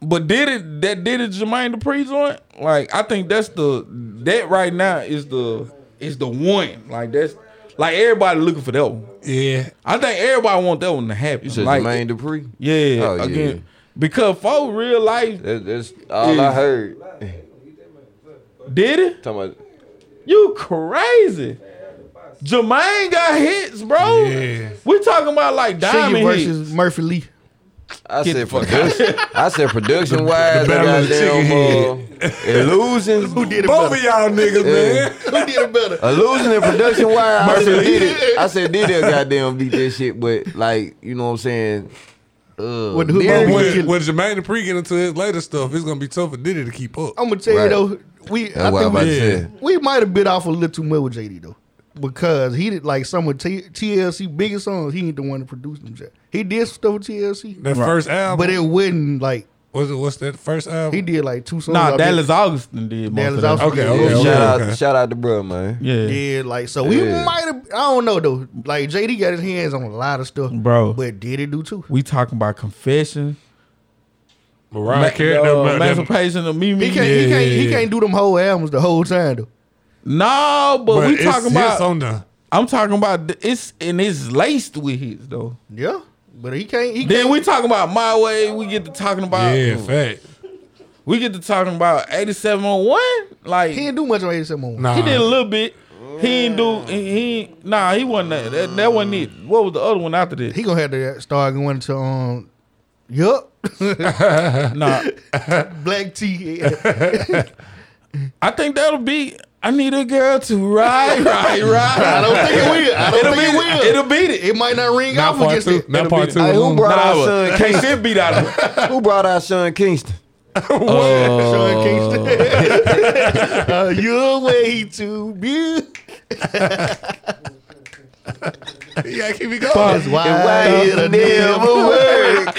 but did it that did it Jermaine Dupri joint? Like I think that's the that right now is the is the one. Like that's like everybody looking for that one. Yeah, I think everybody want that one to happen. You said like, Jermaine Dupri. Yeah, Oh, again. yeah. Because for real life, That, that's all I Yeah. heard. did it? Talking about You crazy. Jermaine got hits, bro. Yeah. We talking about like Sugar diamond hits. versus Murphy Lee. I Get the said fuck production. I said production wise, the battle of the goddamn uh, illusions. Who did both of y'all niggas, man. Who did it better? Illusion and production wise, I said did it. I said did it. Goddamn beat that shit, but like you know what I'm saying. Uh, With who- lyrics- with- When, when Jermaine Dupri get into his later stuff, it's gonna be tough for Diddy to keep up. I'm gonna tell you Right. though, we I That's what I'm think about we, to Yeah. say. we might have bit off a little too much with JD though, because he did like some of T- TLC biggest songs. He ain't the one to produce them. Jack. He did stuff with TLC, That first album, but it wasn't like was it? What's that first album? he did like two songs. Nah, I bet Dallas Augustin did. most Dallas of that. Austin. Okay, did. okay, shout okay. out, Oh, okay. shout out to bro, man. Yeah. Did like so we Yeah. might have. I don't know though. Like JD got his hands on a lot of stuff, Bro. But did it do too? We talking about confession, Mariah ma- Carey, uh, that- that- emancipation of Mimi. He can't. he Yeah, can't. yeah, He yeah. can't do them whole albums the whole time though. No, but, but we it's talking hits about. on the. I'm talking about th- it's and it's laced with hits though. Yeah, but he can't. He Then we talking about my way. We get to talking about. Yeah, fact. We get to talking about 8701. Like He didn't do much on 87 Nah, He did a little bit. He ain't do. He, he ain't- nah. He wasn't that. That, that wasn't it. What was the other one after this? He gonna have to start going to um, yup, Nah. black tea. I think that'll be. I need a girl to ride, ride, I ride. don't think it will. I don't It'll think it will. beat it. It'll beat it. It might not ring not off part against two. it. Not part two. Hey, who alone. brought Nah, our son? but can't shit beat out of it. Who brought our son Kingston? Sean Kingston. uh, you're way too beautiful. yeah, keep it Why going. it'll never work.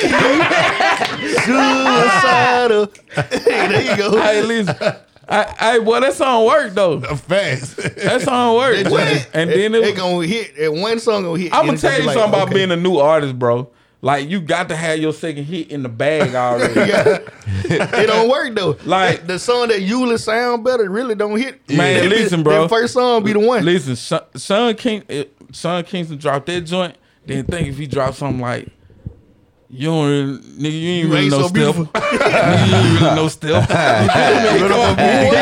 Suicide tighter. hey, there you go. Hey, listen. I, hey, boy, that song worked though. Fast. That song worked. What? and then it, it, it gonna hit. That one song gonna hit. I'm and gonna it's tell you like, something about okay. being a new artist, bro. Like you got to have your second hit in the bag already. Yeah. it don't work though. Like- the song that usually sound better really don't hit. Man, That- listen, that bro. first song be the one. Listen, Son, Son King, eh, Son Kingston dropped that joint. Then think if he dropped something like, you don't really, nigga, you ain't You really ain't know so step. beautiful. nigga, you ain't really know step. He called- he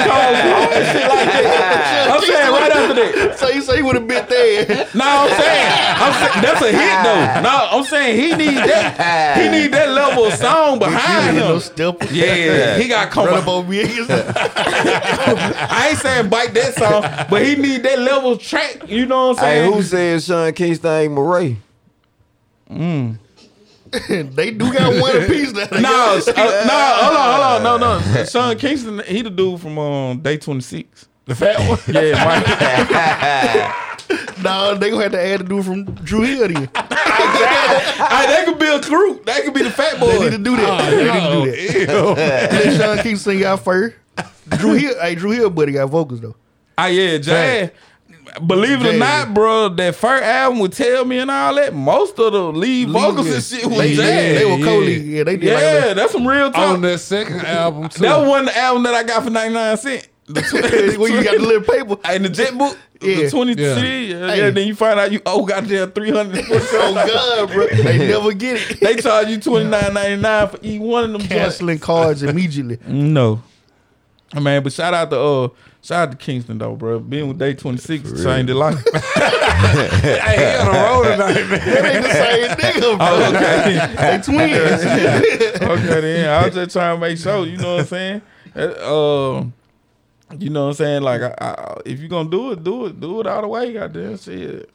called all that shit like that. I'm saying right after that. so you say he would have been there. No, I'm saying, I'm saying that's a hit though. No, I'm saying he need that. He need that level of song behind no him. step. Yeah, he got come Run up on me. It's- I ain't saying bite that song, but he need that level track. You know what I'm Hey, saying? who said Sean Kingston ain't Murray? they do got one apiece. That they no, got. s- uh, no, hold on, hold on, no, no. Sean um, Kingston, he the dude from um, Day 26. The fat one? Yeah, Mike. no, they gonna have to add a dude from Drew Hill. Then. hey, that could be a crew. That could be the fat boy. They need to do Ah, that. they need to do that. Let Sean King sing out first. Drew Hill, hey, Drew Hill, buddy got vocals though. Ah, yeah, Jazz. Believe it or Jazz. not, bro, that first album with Tell Me and all that, most of the lead vocals and shit was They, Jazz. they, they were co-lead. Yeah, they did. yeah, Like, that's some real talk. On that second album, too. that one album that I got for 99 cents. that. when you got the little paper. In the jet book, Yeah. the 20 Yeah. CD, yeah, Hey. yeah, then you find out you owe goddamn 300 Oh God, bro, they never get it. They charge you twenty nine ninety nine for each one of them joints. Canceling cards immediately. No. I mean, but shout out to uh shout out to Kingston though, bro. Being with day twenty six changed the life. hey, he on the road tonight, man. That ain't the same nigga, bro. Oh, okay. They twins. okay then. I was just trying to make sure, you know what I'm saying? Uh, um, you know what I'm saying? Like I, I, if you're gonna do it, do it, do it all the way, goddamn shit.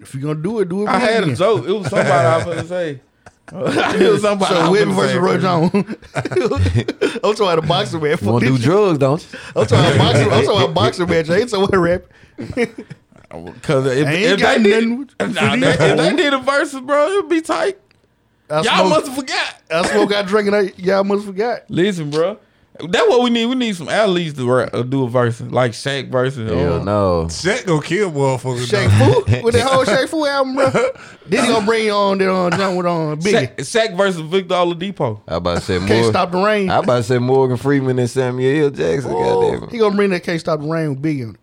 if you gonna do it, do it. I right had a then. joke. It was somebody I was gonna say. it was somebody I was So Whitney finna versus say, Roy bro. Jones. I'm talking about a boxer man. Fuck Wanna do this shit. drugs, don't you? I'm talking about a boxer. I'm talking about a boxer match. I ain't so rap. Cause if, ain't if got they did, nothing nah, that- if they did a versus, bro, it'd be tight. I Y'all smoke- must have forgot. I smoke. I drink, and I, y'all must forgot. Listen, bro. That's what we need. We need some athletes to ra- uh, do a verse like Shaq versus. Hell um, no. Shaq gonna kill motherfuckers. Shaq though. Fu with that whole Shaq Fu album, bro. Then he gonna bring on that on John with on Shaq, Biggie. Shaq versus Victor Oladipo. I about to say Can't Morgan. stop the rain. I about to say Morgan Freeman and Samuel L. Jackson. Goddamn. He gonna bring that Can't Stop the Rain with Biggie on it.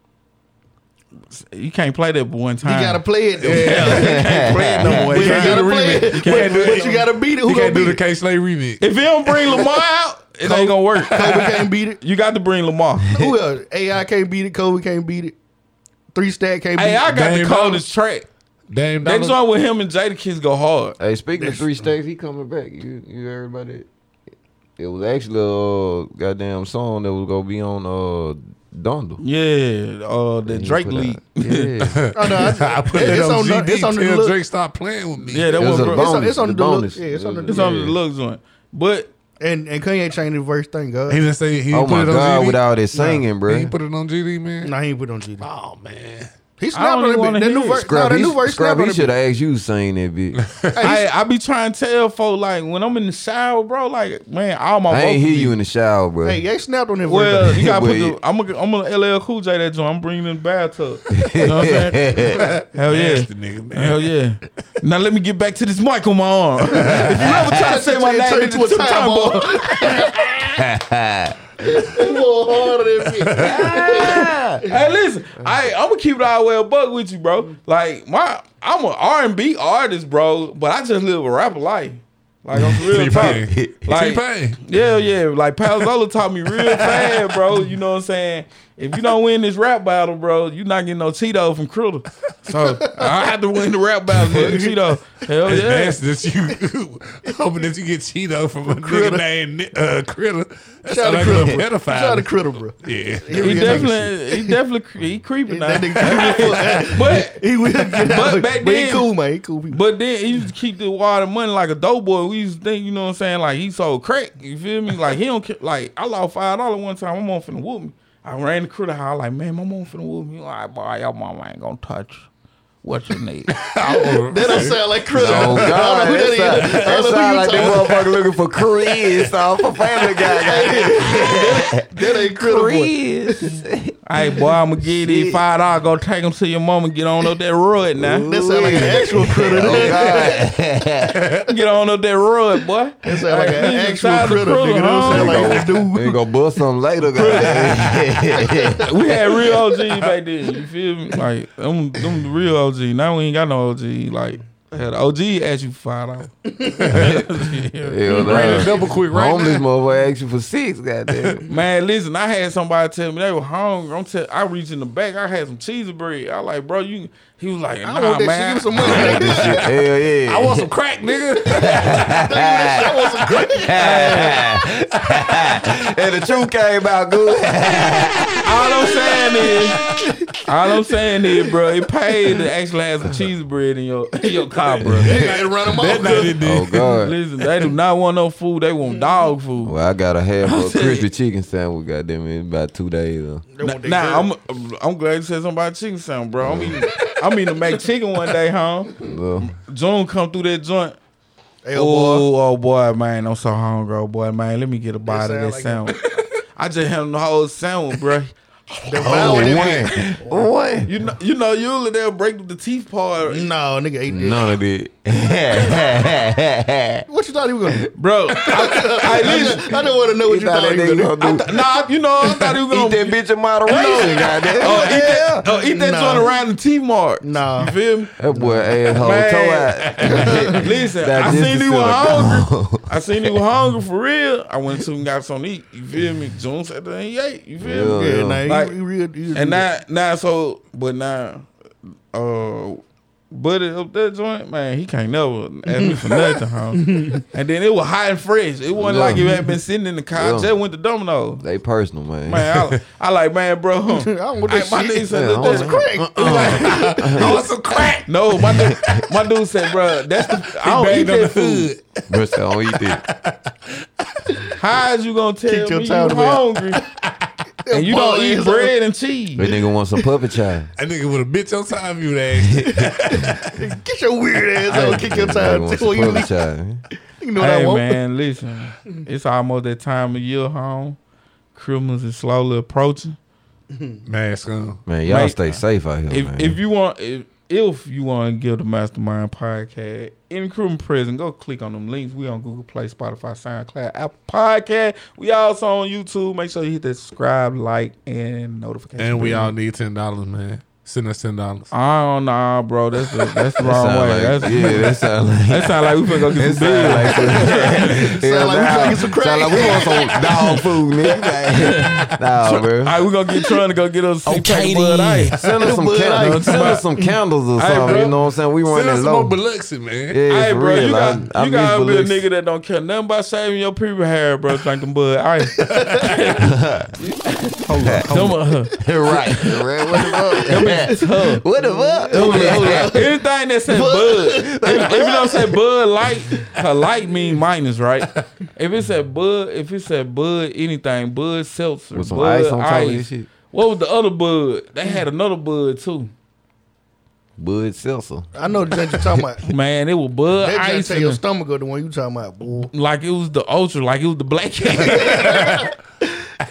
You can't play that but one He time. gotta play it though. can't play it no more. But You you can't do gotta the play remix. it. You But can't do but you it. gotta beat it. Who He gonna can't do beat the it? K Slay remix. If you don't bring Lamar out, it ain't gonna work. Kobe can't beat it. You got to bring Lamar. Who else? AI can't beat it. Kobe can't beat it. Three Stack can't beat hey, I it. got the Dame coldest track. Damn, That joint with him and Jada Kids go hard. Hey, speaking of three stacks, he coming back. You you heard about it? It was actually a uh, goddamn song that was gonna be on uh Donda. Yeah, uh, the He Drake put out- leak. Yeah. Oh, no, I, I put it's it on on the- GD. it's on the Tell look. Drake stop playing with me. Yeah, that It was one. bro. a it's on- it's bonus. on the bonus. look. Yeah, it's on the- It's on the looks joint. But and and Kanye changed the verse thing, God. He didn't say he Oh put my it on god, GD. with all that singing, he bro. ain't put it on GD, man. Nah, he ain't put it on GD. Oh man. He don't snapped on even it. wanna That hear new it. verse. No, Scrap, that he- new verse Scrap, snapped on Oh, he it. should have asked you to sing that bitch. I, I be trying to tell folk like when I'm in the shower, bro. Like man, all my I ain't vocals hear be- you in the shower, bro. Hey, they snapped on it. Well, you gotta put Well, the. I'm gonna I'm gonna LL Cool J that joint. I'm bringing in the bathtub. You know what I'm saying? Hell yeah. Nasty nigga, man. Hell yeah. Now let me get back to this mic on my arm. if you ever try to say my name, turned it's a time bomb. Hey, listen, I I'm gonna keep it all the way a buck with you, bro. Like my, I'm an R and B artist, bro, but I just live a rapper life. Like I'm real T-Pain. talk. Like T-Pain. yeah, yeah. Like Palazola taught me real fast, bro. You know what I'm saying? If you don't win this rap battle, bro, you not getting no Cheeto from Criddle. So I have to win the rap battle with Cheeto. Hell It's oh, yeah. nasty that you hoping that you get Cheeto from a nigga named uh, Critter. That's Shout out like to a Critter. bro. pedophile. Shout out to Critter, bro. yeah. He He definitely, he definitely, cre- he creeping now. That nigga, But he will get out. But But, back he then- cool, man. He cool. People. But then he used to keep the water money like a dope boy. We used to think, you know what I'm saying, like he sold crack. You feel me? Like he don't care. Like I lost five dollars one time. My mom finna whoop me. I ran the critter high like, man, my mom finna whoop me. Like, boy, your mama ain't gonna touch. you." What you need? That don't sound like Chris. Oh God, I don't know who that is. that I don't sound- that know sound who like you that motherfucker looking for Chris off for Family Guy. That ain't critical. Chris, hey, boy, I'm gonna give you these five dollars. Go take them to your mama. Get on up that road now. That sound like an actual critter. oh God, Get on up that road, boy. That sound like Hey, an he's actual inside the critter, critter, nigga. That don't huh? sound like a dude. we gonna bust something later, God. we had real OGs back then. You feel me? Like them, them the real OG. Now we ain't got no OG. Like had OG asked you for five dollars. Ran a Hell no. double quick right Homeless now. motherfucker asked you for six, goddamn. Man, listen, I had somebody tell me they were hungry. I'm tell, I reached in the back. I had some cheese bread. I like, bro, you. He was like, nah, I want that shit. Give man. me some money. I This shit, hell yeah. I want some crack, nigga. want some credit. and the truth came out good. all I'm saying is, all I'm saying is, bro, it paid to actually have some cheese bread in your in your car, bro. They run them That night it Oh did. God. Listen, they do not want no food. They want dog food. Well, I got a half I'm a saying- crispy chicken sandwich, goddamn it, in about two days. Though. off. Nah, I'm I'm glad you said something about chicken sandwich, bro. I'm eating, I'm eating to make chicken one day, huh? Well, June come through that joint. Hey, boy. Oh, oh boy, man, I'm so hungry, oh boy, man. Let me get a bite of that That sound sandwich. I just handled the whole sandwich, bro. Oh, Devour that bitch. what? You know, you know, usually they'll break the teeth part, No, nigga ate that. None of it. What you thought he was gonna do? bro. I, I, listen, I don't want to know what you thought he was gonna do. gonna do? nah, you know, I thought he was Eat gonna that bitch in moderation, goddamn. Oh, eat that, oh, eat that Nah. joint around the teeth mark. Nah. you feel me? That boy asshole toe out. Listen, That I just seen is you were still a hungry. I seen you were hungry for real. I went to and got something to eat. You feel me? June said that he ate. You feel me? Yeah. Yeah, nah, Like- he, he real. He And now, now, so, but now, uh, Buddy up that joint, man, he can't never ask me for nothing, huh? and then it was hot and fresh. It wasn't Yeah. like you had been sitting in the car. I Yeah. just went to Domino. They personal, man. Man, I, I like, man, bro. I don't want that my shit. nigga said, Yeah, I "Look, that's don't crack. I want Oh, some crack. No, my dude, my dude said, bro, that's the, I don't eat Bagged on the that food. hood. Bro, so I don't eat that. How is you gonna tell Kick your me you child away. hungry and you don't eat bread and cheese? That nigga want some puppy child. That nigga with a bitch on top of you, that Get your weird ass out. Kick your time. Nigga want Tell some you puppy leave. child. You know what I Hey want. man, listen, it's almost that time of year, home. Christmas is slowly approaching. mask on. Man, y'all Mate, stay safe out here, If man. if you want, if, if you want to give the Mastermind Podcast any Christmas present, go click on them links. We on Google Play, Spotify, SoundCloud, Apple Podcast. We also on YouTube. Make sure you hit that subscribe, like, and notification. And we bell. all need ten dollars, man. Send us ten dollars. I don't know, bro. That's the, that's the wrong Sound way. like- that's, yeah, that sound like that sound like we finna go get It some beer. sound Sound like like, we nah. finna get some crack. Sound like we want some dog food, nigga. nah, bro. All right, we're gonna get trying to go get us a okay, Okay, Bud then. Ice. Send us some Bud candles. Light. Send us some candles or Hey, something. bro. You know what I'm saying? We Send us running some low. more Biloxi, man. Yeah, Hey, for bro, real. you got, I, I you miss gotta be a Biloxi. nigga that don't care nothing about saving your pubic hair, bro. Drink them Bud Ice. hold on, hold on. right. right. What the fuck? what the fuck? Anything that says Bud, if, if it don't say Bud Light, 'cause light mean minus, right? If it said Bud, if it said Bud anything, Bud Seltzer, With some Bud ice on top of this shit. What was the other Bud? They had another Bud too. Bud Seltzer. I know the judge you talking about. Man, it was Bud That judge Ice. tell and your the- stomach or the one you talking about, boy. like it was the ultra, like it was the black. I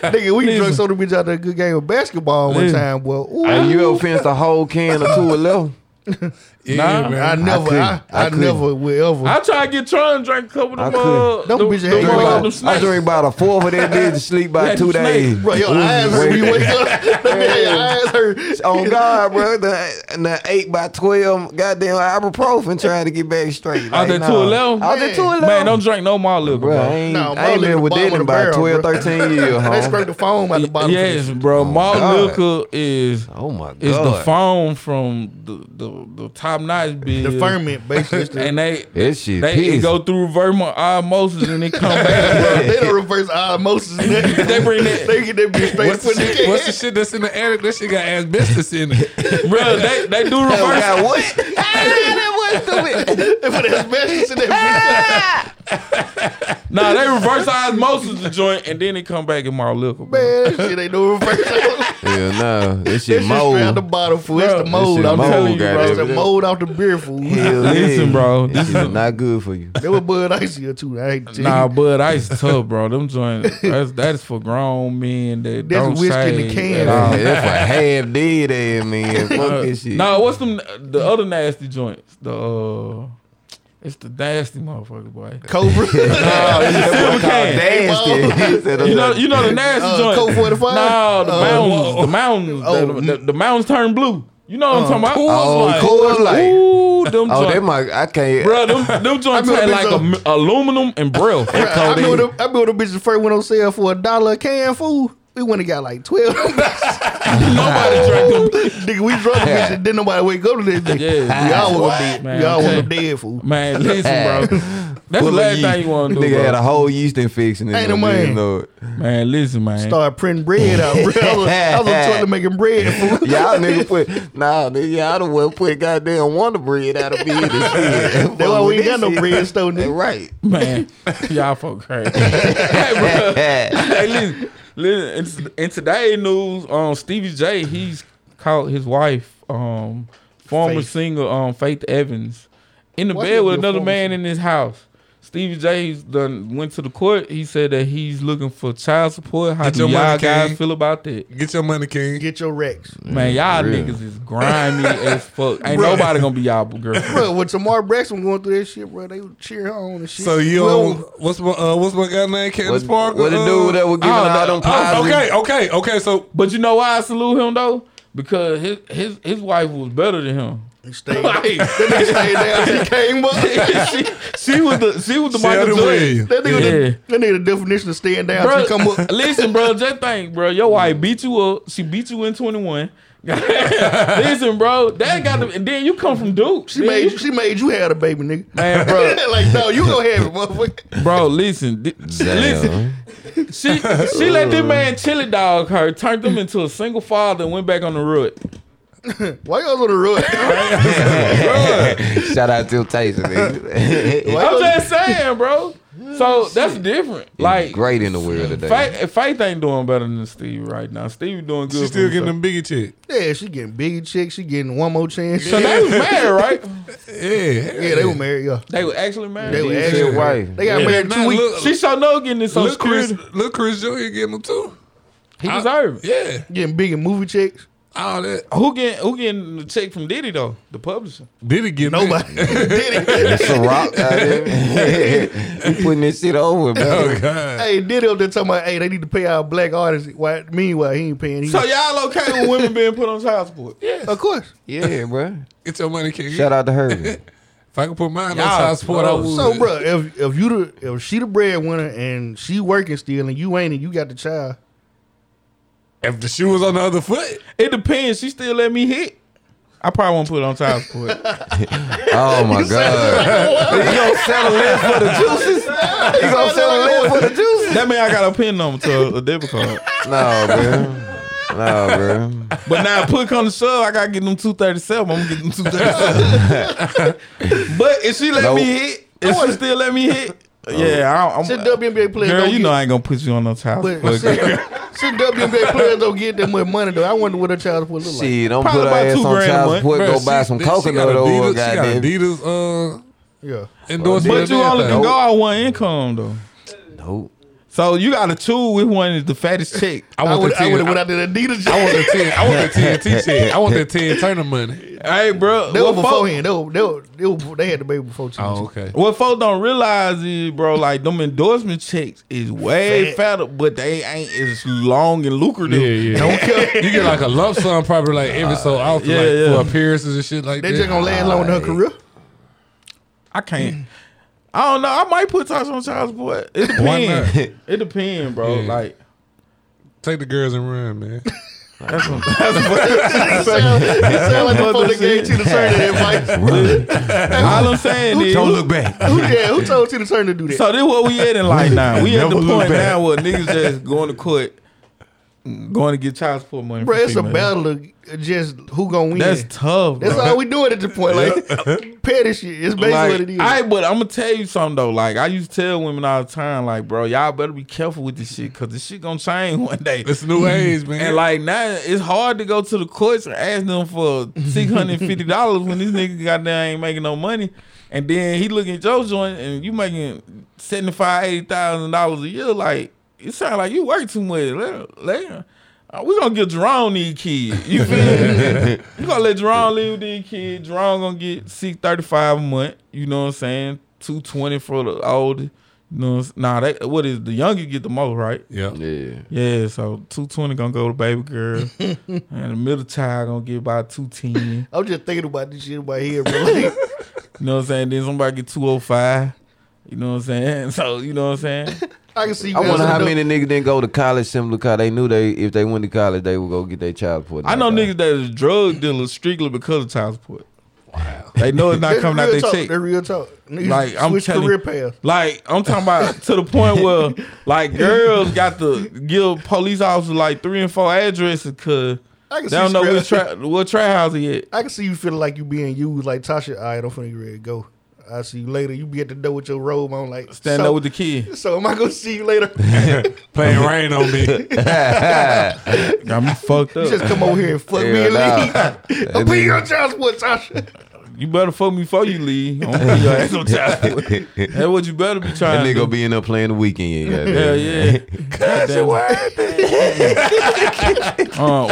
Nigga, we drunk so the bitch out there a good game of basketball one Listen. time, boy. Ooh, I, And you ever finished a whole can or two of left? Yeah, Nah. man. never, couldn't. I, I, I couldn't. never will ever. try to get Tron drink a couple I of them. couldn't. Uh, Them them- bitches them, hate uh, me. them Them I snacks. drink about a fourth of that bitch, sleep by Let two them snakes. days. Bro, your eyes hurt. You wake up. Your eyes hurt. On God, bro, the, the eight by twelve, goddamn ibuprofen, trying to get back straight. Out there Like, two nah. eleven. Out there two eleven. Man, don't drink no more liquor, Bro, I bro. ain't, No, I ain't Molly at the been with bottom that in of the about barrel, 12, bro. 13 years. They Huh? scrape the foam out the bottom. Yes, bro. Malt Oh, God. liquor is Oh my god. is the foam from the the, the top notch bill. The ferment, basically. it's the- and they That shit they piss. go through vermo osmosis and it come back. Bro, they don't reverse osmosis. Nigga. They bring that- They get that bitch straight What's the, from the shit, what's the can. shit that's in the attic? That shit got asbestos in it. bro, they they do Oh, reverse. God, what? ah, that was stupid. They put asbestos in that Nah, they reverse osmosis the joint, and then they come back and more liquor. bro. Man, that shit ain't no reverse. Yeah, no. This That shit shit straight out the mold. bottle fool. It's the This mold shit out mold, the beer. It's the goddamn it. mold out the beer fool. Hell yeah. Listen, bro, This is not good for you. They were Bud Icier too. I hate to tell Nah, you. Bud Ice tough, bro. Them joints, that's, that's for grown men that That's don't whiskey in the shave at can. all. Uh, Yeah, that's a half dead ass man. Fuck this shit. Nah, what's them the other nasty joints? The uh, it's the nasty motherfucker, boy. Cobra. Silver can. Nasty. You know, you know the nasty Uh, joint. Coke 45? Nah, the Uh, mountains, the mountains, Oh, the, the, the mountains turn blue. You know what I'm talking about? Oh, Coors Coors Light. Ooh, them Oh, that joints. my I can't. Bro, them, them joints remember had this like a, old- m- aluminum and breath. I remember the I remember the bitches first went on sale for a dollar a can fool. We went and got like twelve. Nobody drank them. Nigga, we drunk bitch and didn't nobody wake up to this day. Yeah. We all want Man, them dead. We all want okay. them dead fool. Man, listen, bro. That's the Full of last yeast. thing you want to do, Nigga had a bro. whole yeast infection. In Ain't him, no you man. know it. Man, listen, man. Start printing bread out. Bro. I was, I was on toilet making bread fool. Y'all nigga put nah, nigga, y'all done well put goddamn Wonder Bread out of business. That's That's why we ain't got no bread store nigga. Right. Man, y'all fuck crazy. hey, bro. Hey, listen, listen. In, in today's news, um, Stevie J, he's called his wife, um, former Faith. singer, um, Faith Evans, in the Why bed you with be a another former man singer? in his house. Stevie J done went to the court. He said that he's looking for child support. How Get do your money, y'all guys King. feel about that? Get your money, King. Get your racks. Man, y'all real. niggas is grimy as fuck. Ain't nobody gonna be y'all girlfriend. Bro, when Tamar Braxton going through that shit, bro, they would cheer her on and shit. So you Well, on what's my uh, what's my guy name? Candace What, Parker. what the uh, dude that was giving oh, out no. them Oh, positive? okay, okay, okay. So But you know why I salute him though? Because his his his wife was better than him. he stayed. Like, That nigga stayed down. He came up. she, she was the she was the Michael Jordan. Sheldon Williams. That nigga, Yeah. the, that nigga, the definition of staying down. Bro, She come up. listen, bro, just think, bro. Your wife beat you up. She beat you in twenty one. listen, bro, that got the, and then you come from Duke. She made, she made you have a baby, nigga. man, bro, like, no, you gonna have it, motherfucker. bro. Listen, Th- listen. Damn. She she let this man chili dog her, turned him into a single father, and went back on the road. Why y'all on the road? Shout out to Tyson, nigga. Why I'm y'all- just saying, bro. So that's different. Like Great in the world today. Faith, Faith ain't doing better than Steve right now. Steve doing good. she for still getting himself. them biggie check. yeah, she getting big chicks. She getting one more chance. So they was married, right? Yeah, yeah, they were married. Yeah, They were actually married. They were He said actually- wife. they got married Nah, two weeks. look, she sure know getting this on look, Chris, security. look, Chris Jr. getting them too. He deserved it. Yeah, Getting big in movie checks. all that. Who getting who getting the check from Diddy though? The publisher. Did he get Nobody did it. It's a rock out there. He putting this shit over, bro. Oh God. Hey, did up there talking about, hey, they need to pay our black artists. Why, meanwhile, he ain't paying. He, So y'all okay with women being put on child support? Yeah. of course. Yeah, bro. Get your money, King. Shout out to her. If I could put mine Y'all on child support, I would. So, bro, if if you the, if she the breadwinner and she working still and you ain't and you got the child, if the shoe was on the other foot, It depends. She still let me hit. I probably won't put it on child support. Oh my god. you gonna sell a lid for the juices? You gonna sell a lid for the juices? that mean I got a pin number to a, a debit card. No, bro. No, bro. But now put come to shove, I gotta get them two thirty seven. I'm getting two thirty seven. but if she let Nope. me hit, if she still let me hit, yeah, I, I'm. shit WNBA players girl, don't you get, know I ain't gonna put you on no child but support. shit, shit WNBA players don't get that much money though. I wonder what a child support look like. Shit, don't Probably put her about ass two on grand a child month. support. Bro, Go she- buy some she got coconut oil, Adidas- She goddamn. got Adidas uh, Yeah, endorsement. But you and only can everything. go on one income though. Nope. So you gotta choose which one is the fattest check. I I want would the I ten. would have I, went out to Adidas. I I want the ten. I want the ten T check. I want the ten Turner money. Hey, bro, They were what folk, beforehand. They were, they were, they were, they had the baby before. Chief. Oh, okay. what folk don't realize is, bro, like them endorsement checks is way Fat. fatter, but they ain't as long and lucrative. Yeah, yeah. Don't care. You get like a lump sum, probably like every so often, Uh, yeah, like yeah. for appearances and shit like They that. just gonna last long in her career. I can't. I don't know. I might put Tasha on child support. It Why not? depends. it depends, bro. Yeah. Like Take the girls and run, man. that's what, that's what, It sound it sound like before they gave Tina Turner that advice. all I'm saying is. Don't look back. Who, yeah, who told Tina Turner to do that? So this what we at in life now. We at the Never look point back. now where niggas just going to court going to get child support money. Bro, for it's a females. battle of just who gonna win. That's That's, tough. bro. all we doing at this point. Like petty shit. It's basically Like, what it is. I but I'm gonna tell you something though. Like I used to tell women all the time, like bro, y'all better be careful with this shit because this shit gonna change one day. It's new age, man. And like now, it's hard to go to the courts and ask them for six hundred fifty dollars when this nigga goddamn ain't making no money. And then he looking at your joint and you making seventy five, eighty thousand dollars a year. Like it sound like you work too much. Later, later. Uh, we gonna get Jerome these kids. You feel me? You gonna let Jerome live with these kids. Jerome gonna get six thirty five a month. You know what I'm saying? Two twenty for the older. You know, what I'm s- nah. That what is the younger get the most, right? yeah. Yeah. Yeah, so two twenty gonna go to baby girl, and the middle child gonna get about two ten. I'm just thinking about this shit in my head, bro. You Like, know what I'm saying? Then somebody get two oh five. You know what I'm saying? So you know what I'm saying? I can see. I wonder how Nelson many niggas didn't go to college simply because they knew they if they went to college they would go get their child support. I know niggas that is drug dealers strictly because of child support. Wow, they know it's not That's coming out real their talk. check. That's real talk. Niggas Like I'm switch telling, career path. like I'm talking about to the point where like girls got to give police officers like three and four addresses because I they don't can see know scrap- what tra- what trap house he at. I can see you feeling like you being used, like Tasha. All right, I'm finna get ready to go. I see you later. You be at the door with your robe on, like Stand so, up with the kid. So am I gonna see you later? Playing rain on me. Got me fucked up. You just come over here and fuck me Yeah, and nah. leave. I'm paying your child support, Tasha. You better fuck me before you leave. I'm gonna your ass on child. That's what you better be That trying to nigga do. gonna be in there playing the weekend. Yeah, Hell yeah. yeah. Goddamn. Uh,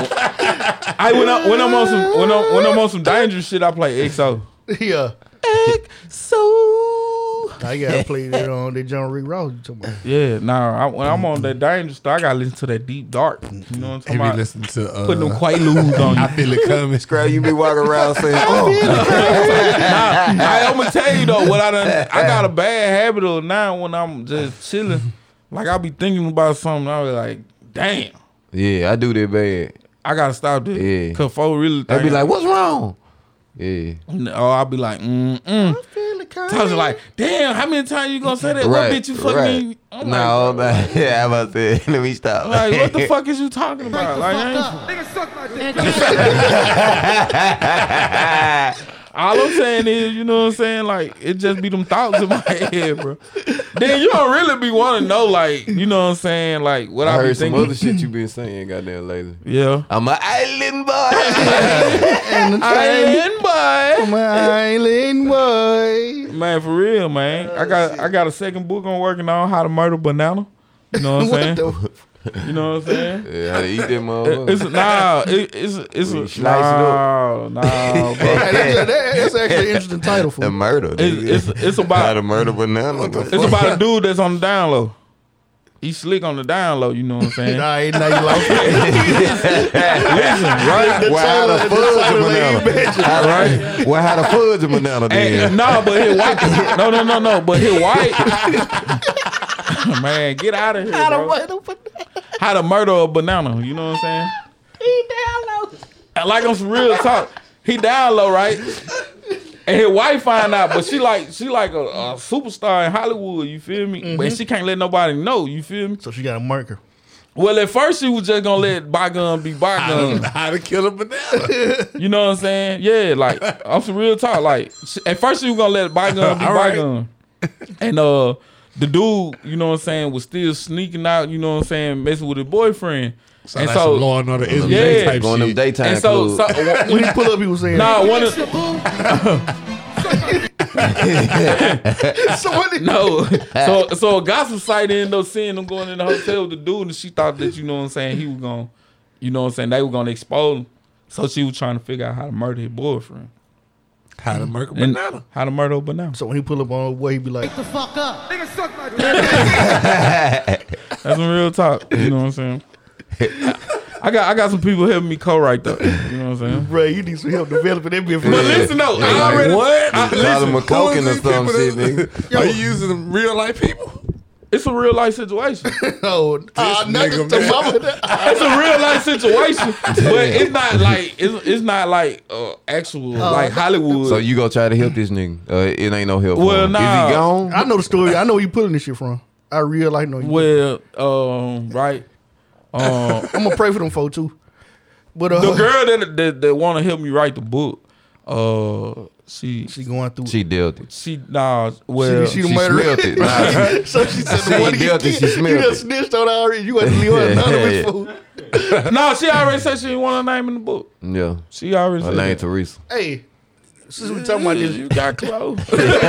I when I when I'm on some when I'm when I'm on some dangerous shit, I play XO. yeah. So I gotta play that on that John Rick Ross you talking about. yeah, nah. I, when I'm on that dangerous stuff, I gotta listen to that deep dark. You know what I'm talking He be about? listening to uh, Putting them quaaludes on you. I feel it coming. Girl, you be walking around saying, "Oh, I, am gonna tell you though what I done. I got a bad habit of now when I'm just chilling. Like I be thinking about something. I be like, damn. yeah, I do that bad." I gotta stop this. Yeah. Cause folk really They think, be like, "What's wrong?" Yeah, oh, I'll be like, mm mm. Tasha like, damn, how many times you gonna say that? What bitch you fucking me? No, I'm no, like, yeah, I'm about to say, let me stop. bro, like, what the fuck is you talking about? Like, I ain't- all I'm saying is, you know what I'm saying? Like, it just be them thoughts in my head, bro. Then you don't really be want to know, like, you know what I'm saying? Like, what I, I be heard some thinking. other shit you been saying, goddamn lately. yeah. I'm an island boy. Island My island boy. boy, man, for real, man. I got I got a second book I'm working on, How to Murder Banana. You know what I'm saying? What the? You know what I'm saying? yeah, I eat that motherfucker. It's nah, it, it's it's We a, slice it up. nah, nah, bro. Hey, that's, that- that's actually an interesting title for a it. murder. nigga. It's, it's it's How to about murder banana. What the it's about a dude that's on the down low. He slick on the down low. You know what I'm saying? Nah, ain't now you like it. right? Well, how the title- the fudge a title banana? How- Right? Well, how the fudge a banana Hey, then? no, but he white. No, no, no, no. But he white. Man, get out of here, how bro. How to murder a banana? You know what I'm saying? He down low. Like on some real talk, he down low, right? And his wife find out, but she like she like a, a superstar in Hollywood. You feel me? But she can't let nobody know. You feel me? So she got a marker. Well, at first she was just gonna let bygone be bygone. How to kill a banana. You know what I'm saying? Yeah, like I'm some real talk. Like sh- at first she was gonna let bygone be All right. bygone, and uh, the dude, you know what I'm saying, was still sneaking out. You know what I'm saying, messing with his boyfriend. So and that's so, some Law and Order Israel Yeah. type Going them shit. daytime and so, so clubs. When he pull up, he was saying, nah, one of Somebody, no. So so a gossip site ended up seeing them going in the hotel with the dude, and she thought that you know what I'm saying he was gonna, you know what I'm saying they were gonna expose him. So she was trying to figure out how to murder his boyfriend. How to murder a And banana. how to murder a banana. So when he pull up on boy, he be like, the fuck up. That's some real talk. You know what I'm saying? I got I got some people helping me co-write though. You know what I'm saying? "Bro, you need some help developing that bitch." But listen though, Yeah, I like, already what? I- Call listen, him a coking or some shit, nigga. Are you using them real life people? it's a real life situation. no, ah, not nigga, just the man. mama. It's a real life situation, but it's not like it's, it's not like uh, actual like Hollywood. So you gonna try to help this nigga? Uh, it ain't no help. for Well, him. nah. Is he gone? I know the story. I know where you pulling this shit from. I real life know you. well, um, right. Um, I'm gonna pray for them folk too. But uh, the girl that that, that want to help me write the book, uh, she she going through. She dealt it. she nah well She She the murderer. smelled it. Nah, it. so she said, She the one ain't you guilty, did, she You smelled just it. snitched on her already. You had to leave her Yeah, anonymous. yeah. fool. no she already said she didn't want her name in the book. yeah. She already Her said name that. Teresa. Hey, since we talking about this, you got close.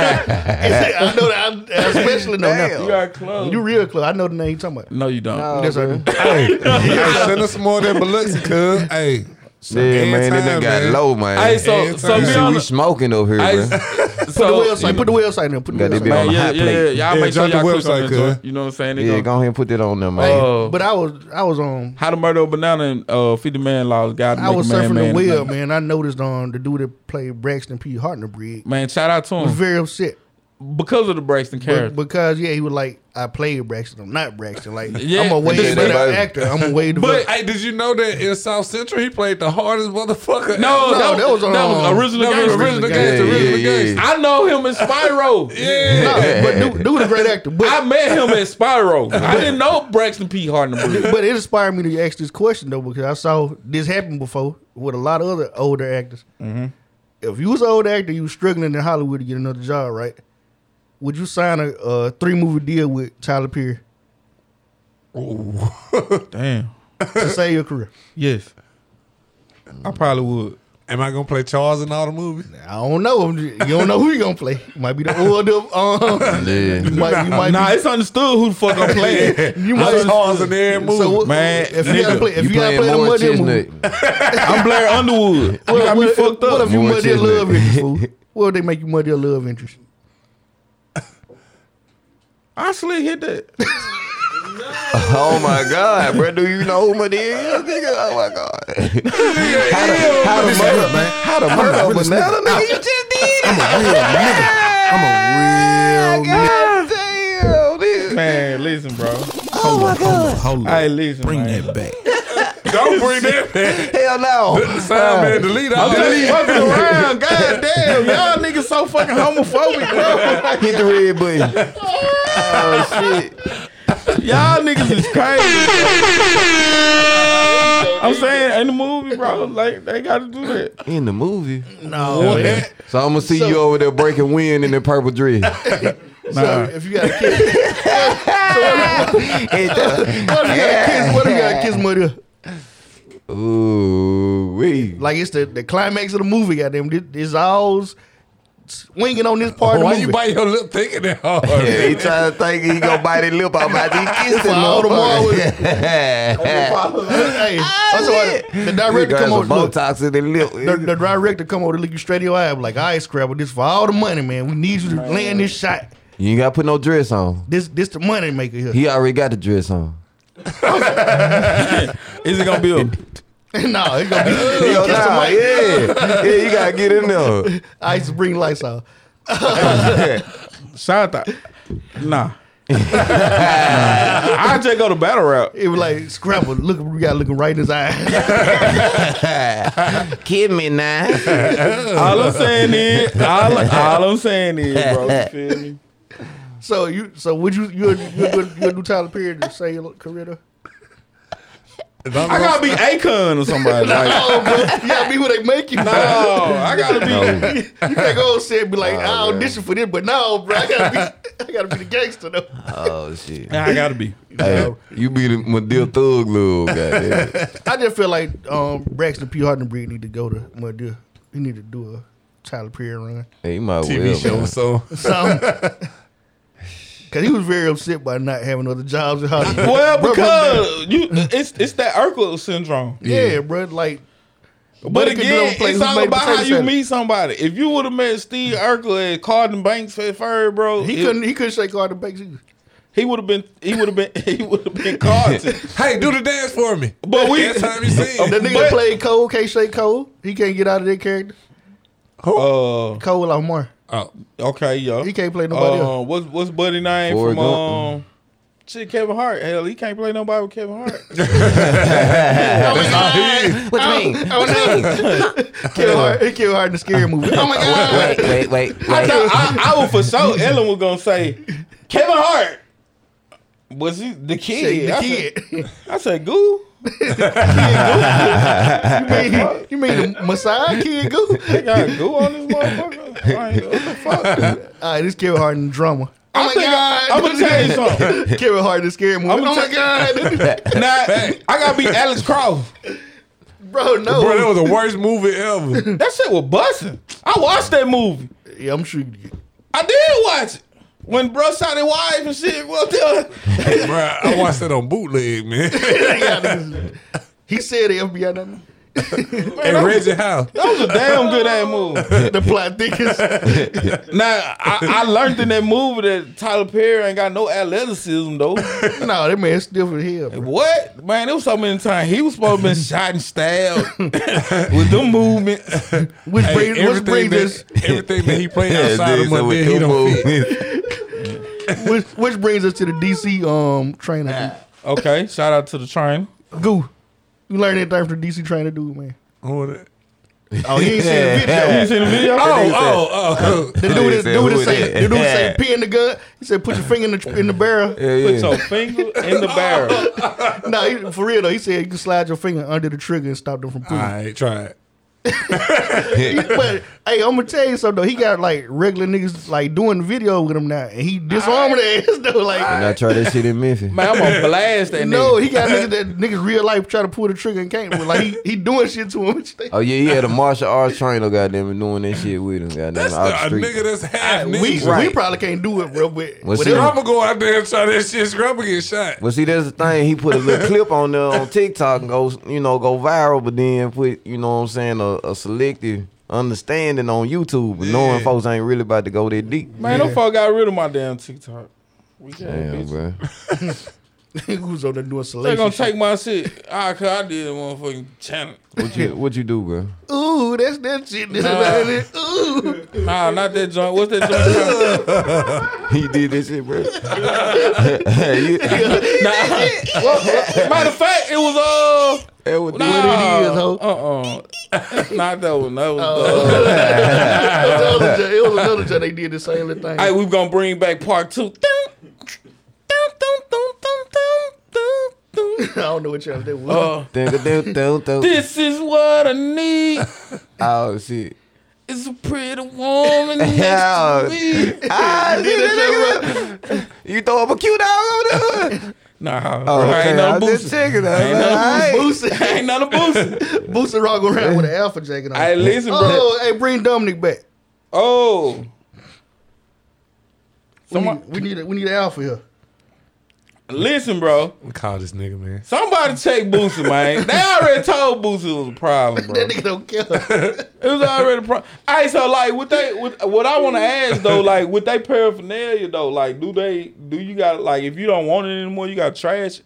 I know that. I, I especially know you now. got close. Oh. You real close. I know the name you talking about. no, you don't. That's right. hey, hey, send us some more of that Biloxi, cuz. Hey. Yeah, man, it done got low, man. Hey, so Every so time. you be see, we honest. smoking over here, Hey, man. Put the so website. Put the website in there. Put the Gotta website. be on in man, yeah, there. the hot yeah, yeah, plate. y'all Yeah, make sure drop the y'all click website, on that joint. cuz. You know what I'm saying? They Yeah, go- go ahead and put that on there, man. uh, But I was, I was um, how to murder a banana and uh, 50 man laws. God I was man, surfing man, the web, man. man. I noticed um, the dude that played Braxton P. Hartnebrig Man, shout out to was him very upset because of the Braxton But- character. because yeah, he was like, I played Braxton. I'm not Braxton. Like Yeah. I'm a way Yeah, better baby. actor. I'm a way. But hey, did you know that in South Central he played the hardest motherfucker? no, ever? no, that, that was, was, that was um, original that was gangster. original Yeah, gangster, yeah, original yeah. gangster. I know him in Spyro. Yeah. no, but dude, dude a great actor. But I met him in Spyro. I didn't know Braxton P. Harden. but it inspired me to ask this question though because I saw this happen before with a lot of other older actors. Mm-hmm. If you was an old actor, you was struggling in Hollywood to get another job, right? Would you sign a uh, three movie deal with Tyler Perry Damn. to save your career? Yes. I probably would. Am I gonna play Charles in all the movies? I don't know. I'm just- You don't know who you gonna play. Might be the older. Um, you Yeah. might, you might Nah, be, it's understood who the fuck I'm playing. Play you might Charles in every movie. So what- Man, if you gotta nigga, play, if you, you gotta playing play the more Mud Deer movie, chestnut. I'm Blair Underwood. You got me what, fucked what up. if you More Mud Deer chestnut. love interest? fool? What if they make you Mud Deer love interest? I slid hit that. Oh my God, bro. Do you know who my dear is, nigga? Oh my God. how to, how to murder, man. How to a murder a realist banana, nigga. nigga? You just did I'm it. a real nigga. I'm a real nigga. God damn, nigga. Man, listen, bro. Hold up, hold up, Oh hold up. Hey, listen, Bring man. that back. Don't bring that man. Hell no. Sound Oh. man, delete all that. fucking around. God damn, y'all niggas so fucking homophobic, bro. Hit the red button. Oh shit. Y'all niggas is crazy. I'm saying in the movie, bro, like they got to do that. In the movie. No, So I'm gonna see So- you over there breaking wind in the purple dress. So if you got a kid, what if you got a kiss? What if you got a kiss murder? Ooh wee. Like it's the, the climax of the movie. Goddamn, this, this all swinging on this part Why of the you movie. bite your lip thinking that hard? Yeah, he trying to think he gonna bite his lip out after he kissed him. All the motherfucker. hey, that's why the, the director Nigga come has over. some Look, Botox in their lip. the, the director come over to look you straight in your eye. Like, all right, Scrabble, this for all the money, man. We need you to land this shot. You ain't gotta put no dress on. This this the money maker here. He already got the dress on. Is it gonna be a? no, it's gonna be. Hell kiss nah, somebody. yeah. Yeah, you gotta get in there. I used to bring lights out. Shout out. Nah. I just go to battle rap. It was like Scrabble. Look, we got looking right in his eye. Kid me now. All I'm saying is, all, all I'm saying is, bro, you feel me? so you, so would you, you, you, you, you do Tyler Perry to save your career? though? I gotta be Akon or somebody. Like, Oh, bro, yeah, be who they make you. No, I gotta be. You can't go and say be like, I audition for this, but no, bro, I gotta be, I gotta be the gangster though. Oh shit. I gotta be. Hey, you be the Madil Thug little guy. I just feel like um, Braxton P. Hardenbreed need to go to my dear. He need to do a Tyler Perry run. Hey, you might TV well. show man. so So, Cause he was very upset by not having other jobs in Hollywood. Well, Bro, bro, because you, it's it's that Urkel syndrome. yeah, bro, like, But Buddy could get on again, the plate it's who all made about how potato you salad. meet somebody. If you would have met Steve Urkel at Carden Banks at Fur, bro, he it- couldn't, he couldn't shake Carter Banks either. He would have been. He would have been. He would have been Carlton. Hey, do the dance for me. But we- Last time you see That it. nigga But- played Cole, can't shake Cole. He can't get out of that character. uh, Cole Lamar. Oh, okay, yo. He can't play nobody else. Uh, what's what's buddy name Forrest from Gump. um? Shit, Kevin Hart. Hell, he can't play nobody with Kevin Hart. What you mean? Oh no! Kill hard, he killed hard in the scary movie. Oh my god! Wait, wait, wait, I, wait. thought- I, I was for sure Ellen was gonna say Kevin Hart. Was he the kid? Shake the I kid. Said, I said, "Goo." you mean you mean the Messiah kid goo? They got goo on this motherfucker. Like, what the fuck? All right, this Kevin Hart and drama. I think I- Oh I'ma tell you something. Kevin Hart is scary movie. I'ma Oh my god, Nah, I gotta be Alex Croft. bro, no. Bro, that was the worst movie ever. That shit was busting. I watched that movie. yeah, I'm sure. you did. I did watch it. When bro shot his wife and shit, well, tell bro, I watched that on bootleg, man. He said the FBI number. and Reggie House. That was a damn good ass movie. The plot thickens. Now I, I learned in that movie that Tyler Perry ain't got no athleticism though. no, that man stiff as hell. Bro. What man? It was so many times he was supposed to been shot and stabbed with them movements. Which Hey, brings, which everything, brings us, that, everything that he played outside of dude, so my with bed, he them don't fit. moves- which, which brings us to the DC um trainer. Okay, shout out to the trainer. dude. Goo, you learned anything from the DC trainer dude, man? Who that? Oh, he ain't seen the video. You seen the video? Oh, oh, The oh. dude, is, said, dude, "Who is say, that?" the dude say, pee in the gun. He said, put your finger in the, in the barrel. Yeah, Put yeah. your finger in the barrel. No, he, for real though, he said you can slide your finger under the trigger and stop them from All pulling. right, try it. But hey, I'm gonna tell you something though. He got like regular niggas like doing video with him now, and he disarmed their ass though. Like, And I tried that shit in Memphis. Man, I'm gonna blast that no, nigga. he got niggas that niggas real life try to pull the trigger and can't. But, like he, he doing shit to him. Oh yeah, he had a martial arts trainer, goddamn, it, doing that shit with him, goddamn. That's out the, a street. nigga that's half we nigga. we probably can't do it, bro. But Well, but see, it- Grandma go out there and try that shit. Grandma get shot. But see, that's the thing. He put a little clip on there on TikTok and goes, you know, go viral, but then put, you know what I'm saying, a, a selective understanding on YouTube, but knowing Yeah. folks ain't really about to go that deep. Man, them fuck got rid of my damn TikTok. We got Damn, bitch. bro. who's on there doing They gonna selection? take my shit. Ah, cause I did a motherfucking channel. What you what you do, bro? Ooh, that's that shit. Ooh, Nah, not that joint. What's that joint? He did this shit, bro. You- nah. Well, Matter of fact, it was uh. that would do Nah, it. it is, ho. Uh uh. Not that one. That was. Uh, it was another judge- it was another judge they did the same little thing. hey, we gonna bring back part two. Dun, dun, dun, dun, dun, dun, dun, dun. I don't know what y'all did. Uh, Dun, dun, dun, dun, dun. this is what I need. Oh shit. It's a pretty woman Yeah. next to me. Ah, see that nigga, you throw up a cute dog over there. Nah, Oh, bro, I okay, ain't I nothing was just boosting. checking. I Ain't nothing was like, Boosie, I ain't nothing boosting. Boosie rock around with an alpha jacket on. Hey, listen, bro. oh, hey, bring Dominic back. Oh. We Someone- need, we need a, we need an alpha here. Listen, bro. I'm gonna call this nigga, man. Somebody check Boosie, man. They already told Boosie it was a problem, bro. That nigga don't care. It was already a problem. All right, so like, what they, what, what I want to ask though, like, with they paraphernalia though, like, do they, do you got like, if you don't want it anymore, you got trash. it?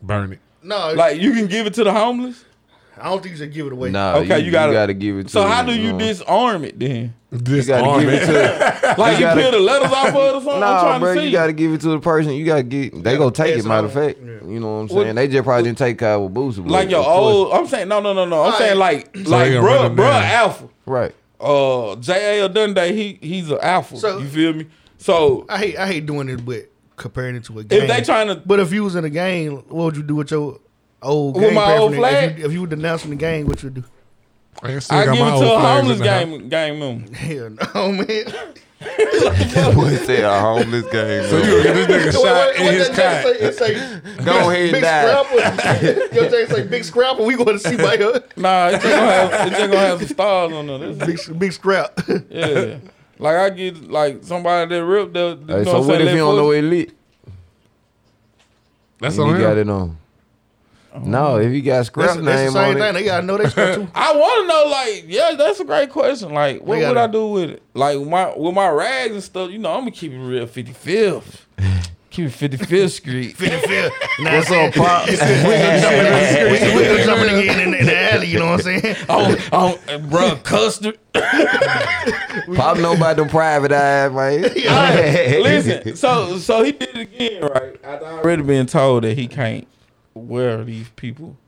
Burn it. no, Like, you can give it to the homeless. I don't think you should give it away. Nah, Okay, you, you gotta- you gotta give it to So how him, do you know. disarm it then? This You gotta arm, give it man. to Like, you, gotta- peel the letters off of it or something? I'm Nah, trying bro, to see. you gotta give it to the person. You gotta get they gonna take pass it. it Matter on. of fact, Yeah. you know what I'm What- saying. They just probably didn't take Kyle with Boosie. but like your of course- old. I'm saying no, no, no, no. I'm saying like, like, gonna run bruh, him bruh, down. alpha. right? uh J.A. Dundee, he he's an alpha. So- you feel me? So I hate I hate doing it, but comparing it to a game. if they trying to but if you was in a game, what would you do with your old With game my old paraphernalia? If flag? you, if you were denouncing the game, what you do? I can still I got give my it old to a flags homeless in the house. game game member. Hell no, man. Wait, That boy said a homeless game. So you gonna get this nigga shot wait, in his what's that cot. Jay say? It say go ahead and big die. scrapper. Your Jay say big scrapper. We going to see by her. Nah, it's just gonna have, it's just gonna have some stars on there. That's- Big big scrap. yeah. Like I get like somebody that ripped the, the Hey, you know so what I'm what saying, if you left don't know foot. it lit? That's and on he got him. it on. No, if you got That's, scrap that's name the same on thing. it, They gotta know they scrap too. I wanna know like, yeah, that's a great question. Like what gotta- would I do with it? Like with my with my rags and stuff, you know, I'm gonna keep it real fifty fifth. Keep it fifty fifth street. what's up, pop? we gonna jump in again in the, in the alley. You know what I'm saying? Oh, oh, bro, custard. pop know about them private eyes, man. Listen, so so he did it again, right? After I already been told that he can't wear these people,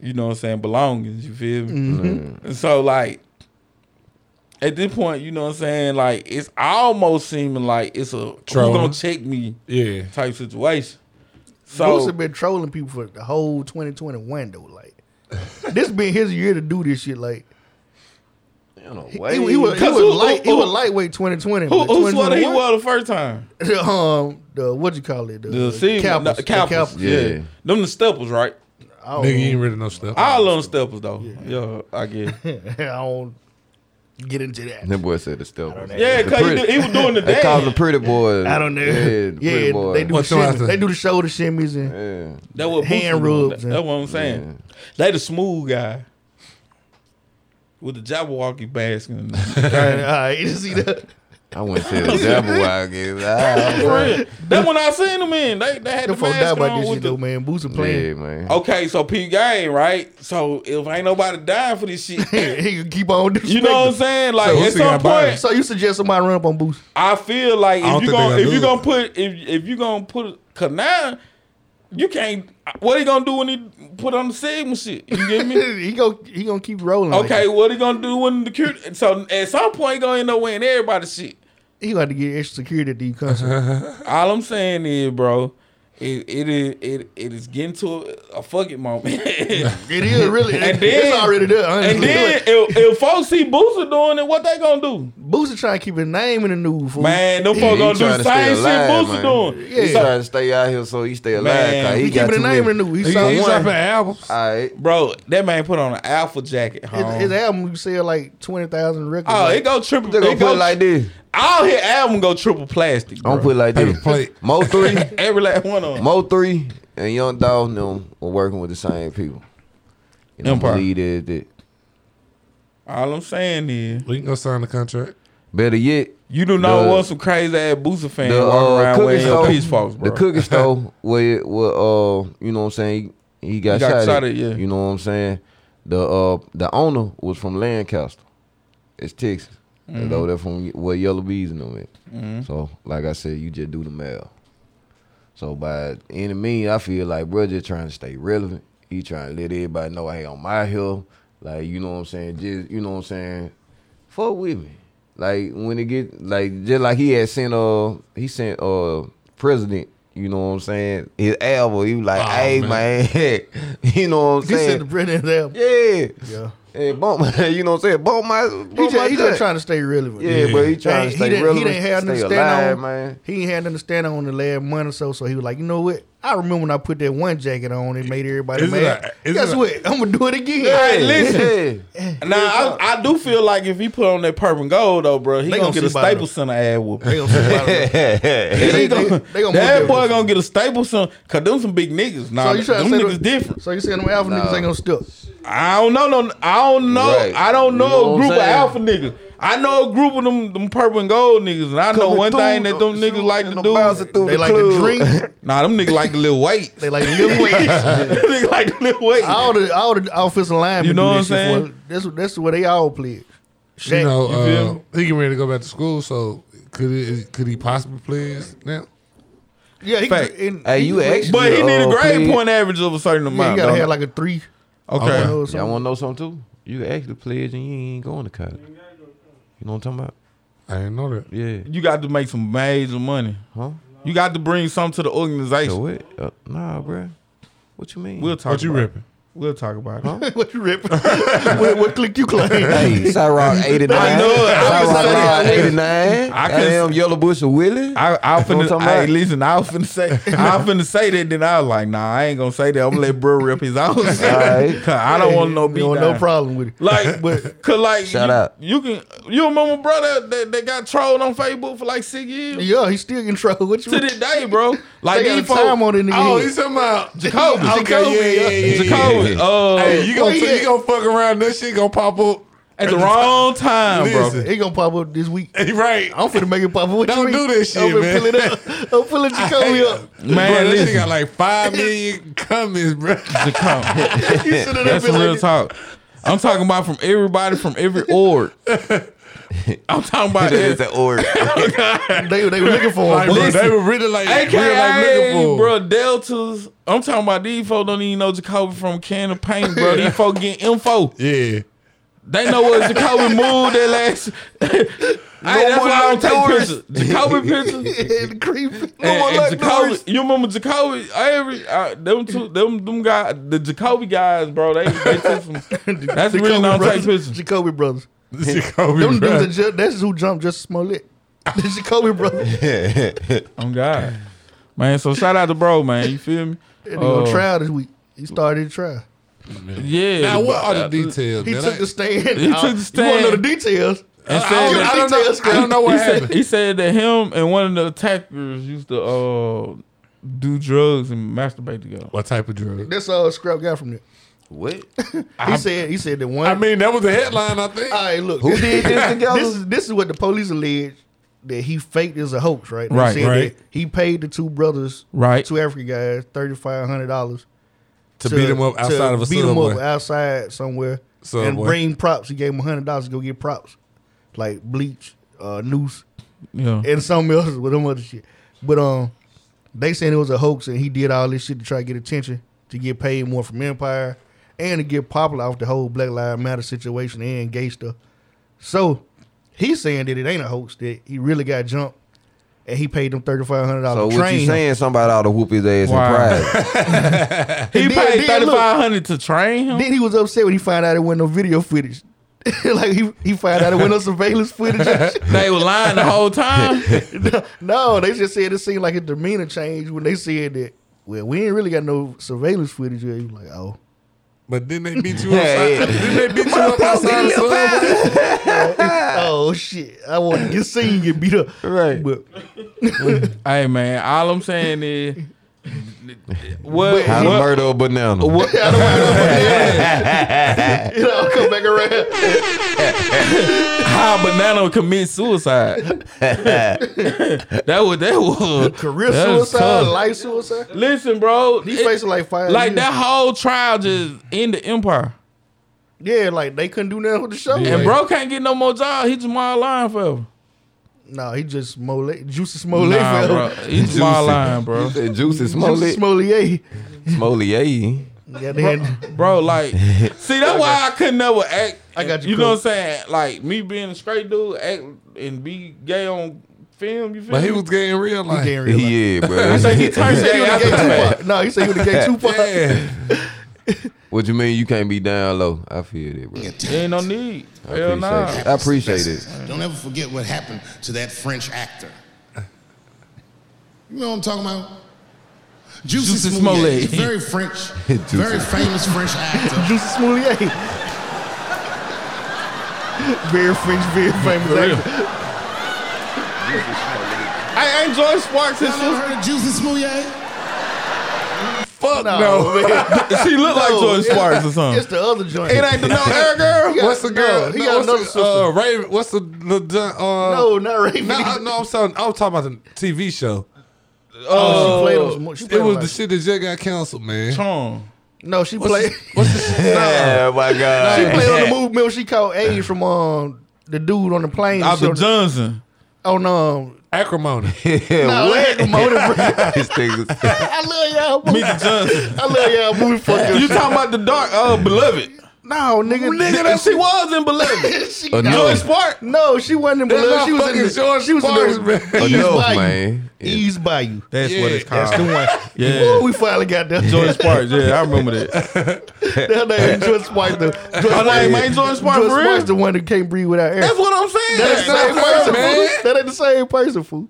you know what I'm saying, belongings, you feel me? And so like at this point, you know what I'm saying, like it's almost seeming like it's a who Trolling. gonna check me Yeah. type situation. Juice So has been trolling people for the whole 2021 though. Like this been his year to do this shit. Like In a he, way, he was, he Cause was who- light, he who- was lightweight 2020. who, but who sweater he 2021 wore the first time? the, um the what you call it the, The Seaman, Cowboys. no, The Cowboys. Cowboys. Yeah. Yeah. them the steppers, right? I don't, Nigga, you ain't really no stuff. All on steppers though. Yeah, I get. It. I don't get into that. That boy said the steppers. Yeah, The cause he, pretty- do- he was doing the They call him dance. the pretty boy. I don't know. Yeah, Yeah, the pretty boy. they do the What you shimmies, after? they do the shoulder shimmies and Yeah. That what hand Boosie doing. That- rubs and- That's what I'm saying. They the smooth guy with the Jabberwocky mask. And Alright, alright, you see that? I wouldn't say the devil I guess. Ah, Real. that when I seen them in, they they had The the folk die mask about on this shit with though, the. man. Boosie yeah, playing. man. Okay, so P Gang, right? So if ain't nobody dying for this shit, he can keep on disrespecting. you know what I'm saying? Like So who at still some got bodies? point, So you suggest somebody run up on Boosie? I feel like I if don't you think gonna they if gonna you do gonna it. put if if you gonna put cause now you can't. What he gonna do when he put on the segment shit? You get me? he go he gonna keep rolling. Oh, like Okay, that. what he gonna do when the cute? So at some point, he gonna end up winning everybody's shit. he got to get extra security at these concerts. All I'm saying is, bro, it it is it, it is getting to a, a fucking moment. and it is really. And it's then- already there. Honestly. then if, if folks see Booster doing it, what they gonna do? Boosie trying to keep his name in the news. Fool. Man, them Yeah, folks he gonna do trying the to stay same shit alive, Booster man. doing. He Yeah. trying to stay out here so he stay alive. Man, 'cause he he got keeping his too name many- in the news. He He's sold he one. dropping albums. All right. Bro, that man put on an alpha jacket. His, Home. his album sell like twenty thousand records. oh, like, it go triple. They're gonna It put go, it like this. all his album go triple plastic. I'm Bro. gonna put it like Paper this. plate. Mo three, Every last one of them. Mo oh three, and Young Dog and them were working with the same people. And I Empire. believe that, that All I'm saying is, We can go sign the contract. better yet, you do not The- want some crazy ass Booster fan the walking uh, around cookie wearing your store, pitchforks, bro. the cookie store where, where uh, you know what I'm saying, he, he got, He got shot, shot at, at, yeah. You know what I'm saying. The uh, the owner was from Lancaster, it's Texas. Mm-hmm. And though they're from where Yellow Bees and them at. So like I said, you just do the mail. So by any means, I feel like bro just trying to stay relevant. He trying to let everybody know, hey, on my hill, like you know what I'm saying. Just you know what I'm saying. Fuck with me. Like when it get like just like he had sent uh he sent uh president. You know what I'm saying? His album, he was like, Oh, "Hey man, you know what he I'm said the saying? brand of his album. yeah, Yeah. and bump, you know what I'm saying? Bump my, bump He just, Oh my he just gut. trying to stay relevant. yeah, but he trying Hey, to he stay didn't- he relevant, didn't have stay nothing to stand alive, on. man. He ain't had nothing to stand on the last month or so, so he was like, you know what? I remember when I put that one jacket on, it made everybody Isn't mad. that- isn't Guess that- what? I'm gonna do it again. Hey, listen. Yeah. Now I, I do feel like if he put on that purple and gold though, bro, he They gonna, gonna get a see bottom. Staples Center ad whooping. They gonna see why the- He they- gonna- they gonna that move boy different. gonna get a Staples Center cause them some big niggas. Nah, So you them trying to say niggas them- different. So you saying them alpha niggas ain't gonna step? I don't know. No, I don't know. Right. I don't know, You know what a I'm group of saying? alpha niggas. I know a group of them them purple and gold niggas, and I know one thing that them niggas like to do. They like to drink. Nah, them niggas like to live weight. They like to live them niggas like to live weight. all the all the offensive linemen. You know do what that I'm shit saying? for us. That's what that's where they all play. Shaq, you know, you feel uh, he getting ready to go back to school. So could he, could he possibly play us now? yeah, he, fact. and, Hey, he you can play. actually- But he need a Uh, grade please. point average of a certain Yeah, you amount. gotta don't have like a three. okay. or Y'all something. want to know something too? You can actually pledge and you ain't going to college. You know what I'm talking about? I didn't know that. Yeah. You got to make some major money. Huh? You got to bring some to the So organization. what? Uh, nah, bruh. What you mean? We'll talk. What you about it. ripping? We'll talk about it. what you rip? what, what click you claim? Hey, Cyrock 89. I know it. I was saying Cyrock that. 89. I I couldn't- am Yellow Bush of Willie. I, I what I'm finna, talking hey, about? listen, I was finna say, I finna say that. Then I was like, nah, I ain't gonna say that. I'm gonna let bro rip his own. shit. Alright. Cause I don't want no You beat. don't down. no problem with it. Like, but, cause like, Shout you, out. you can, you remember brother that, that got trolled on Facebook for like six years Yeah, he's still in trouble. What you to this day, bro. Like They got these a time folks, on it, nigga. Oh, he's talking about Jacoby, Okay, Jacoby, yeah, yeah, yeah, Jacoby, yeah. uh, Hey, you gonna Where he you gonna fuck around? That shit gonna pop up at the wrong time, bro. Listen. he gonna pop up this week. Hey, right. I'm finna make it pop up. What Don't you mean? do this I'm shit, finna man. Fill it up. I'm filling Jacoby up. Man, Oh, Man, bro, that listen. shit got like five million comments, bro. Jacoby. You should have That's been some real like, talk. I'm talking about from everybody from every org. I'm talking about It's an order. they, they were looking for Like, him. bro, Listen. they were really like, really like AKA, looking for. bro, Deltas. I'm talking about these folks don't even know Jacoby from Can of Paint, bro. These folks get info. Yeah, They know what Jacoby moved that last. hey, that's more why I like don't take tourists. pictures. Jacoby pictures. and creepy. And, and like Jacoby, tourists. you remember Jacoby? Every uh, them two, them them guys, the Jacoby guys, bro. They they took some. That's the reason I don't take brothers. pictures. Jacoby brothers. Jacoby Them Brown. dudes that ju- that's who jumped Justice Smollett. The Jacoby brothers. Oh God, man. So shout out to bro, man. You feel me? And he on Uh, trial this week. He started his trial. Yeah. Now, what are Uh, the details? He man? took the stand. He took the You want to know stand. the details? And said I, that- don't- I don't know, I don't know what he said, happened. he said that him and one of the attackers used to uh, do drugs and masturbate together. what type of drug? That's all Scrap got from there. What? He said. He said that one. I mean, that was the headline, I think. all right, look. Who did this together? This is this is what the police allege that he faked as a hoax, right? They Right, said right. that He paid the two brothers, Right. two African guys, thirty five hundred dollars to, beat him up to outside of a beat subway. him up outside somewhere, and Subway. bring props. He gave him hundred dollars to go get props, like bleach, uh, noose, Yeah. and something else with them other shit. But um, they saying it was a hoax, and he did all this shit to try to get attention, to get paid more from Empire, and to get popular off the whole Black Lives Matter situation and gay stuff. So he's saying that it ain't a hoax that he really got jumped, and he paid them thirty five hundred So dollars. what you saying? Somebody ought to whoop his ass Wow. in private. He paid And then- then thirty look- five hundred to train him. Then he was upset when he found out it wasn't no video footage. like he he found out it wasn't no surveillance footage. and shit. They were lying the whole time. no, they just said it seemed like a demeanor change when they said that. Well, we ain't really got no surveillance footage. yet." He was like, oh, But then they beat you Yeah, outside. yeah. Then they beat you up outside of subway. oh shit, I want to get seen get beat up. Right. But hey man, all I'm saying is what, How to what, murder a banana. what you know, come back around. how a banana commit suicide. that was that was Career that was suicide, tough. life suicide. Listen, bro, He's it- facing like five like years. that whole trial just in the empire. Yeah, like they couldn't do nothing with the show. And bro can't get no more job. He Jamal Lyon forever. No, he just Smollett, Juicy Smollett. Nah, bro. fella. He Jamal Lyon, bro. That juice is Juicy Smollett. Smollett. Smollett. Yeah, they had, Bro, like, see, that's why I could never act. I got you, You know what Coach. I'm saying? Like, me being a straight dude, act and be gay on film, you feel But he me? was getting real life. he didn't realize. Yeah, I think he bro. turned gay after the fact. Tupac. No, he said he would have gave Tupac. Yeah. What you mean you can't be down low? I feel that, bro. Ain't no need. I Hell appreciate nah. it. I appreciate it. Don't ever forget what happened to that French actor. You know what I'm talking about? Juicy, Juicy Smollett. Smollett. He's Very French, Juicy. very famous French actor. Juicy Smollett. very French, very famous actor. I ain't George Sparks. His Y'all ever sister. heard of Juicy Smollett? Fuck no. man. she look like No, George it's- Sparks or something. It's the other joint. It ain't the no air girl. got- What's the girl? no, he got what's another the, sister. Uh, Raven. What's the the the, uh? no, not Raven. No, I- no, I'm talking. I'm talking about the TV show. she played Oh, him. some- She played It him was like- the shit that just got canceled, man. Chong. No, she played. Oh my She god. played on the movie when she caught AIDS from um the dude on the plane. Dr. So- Johnson. on um. Acrimony. No, that ain't the motive. This thing I love y'all. Mika Johnson. I love y'all movie fucking. you talking about the dark uh, beloved? No, nigga. Nigga, that she was in beloved. that she, Enough. no, George Sparks. no, she wasn't in That's Beloved. not She was in fucking the, George she was in the, Sparks, man. Ease Enough, Bayou. man. Yeah. Ease Bayou. That's what it's called. That's the one. Yeah. Ooh, we finally got that. George Sparks. Yeah, I remember that. Her name George Sparks. The, George Her name Sparks- ain't George Sparks George for real. Sparks the one that can't breathe without air. That's what I'm saying. that ain't the same not person, her, fool. man. That ain't the same person, fool.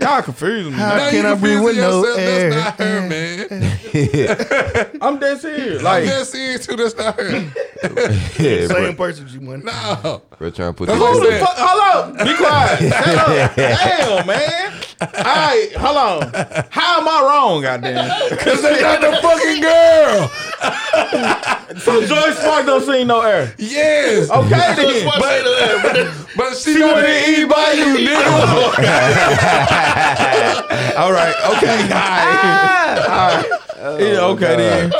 Y'all confusing me. How Now can you I breathe confusing with no yourself. air? That's not her, man. I'm dead serious. Like, Like, yes, serious too. That's not her. Yeah, bro. Same person, G Money. No. Bro, trying to put That's what this who I'm the saying. fuck? Hold on. Be quiet. Shut up. Damn, man. All right, hold on. How am I wrong, goddamn? Cause they not the fucking girl. So George Sparks don't sing no air. Yes. Okay, then. But she, went to eat by you, nigga. All right. Okay. All right. All right. yeah, okay then.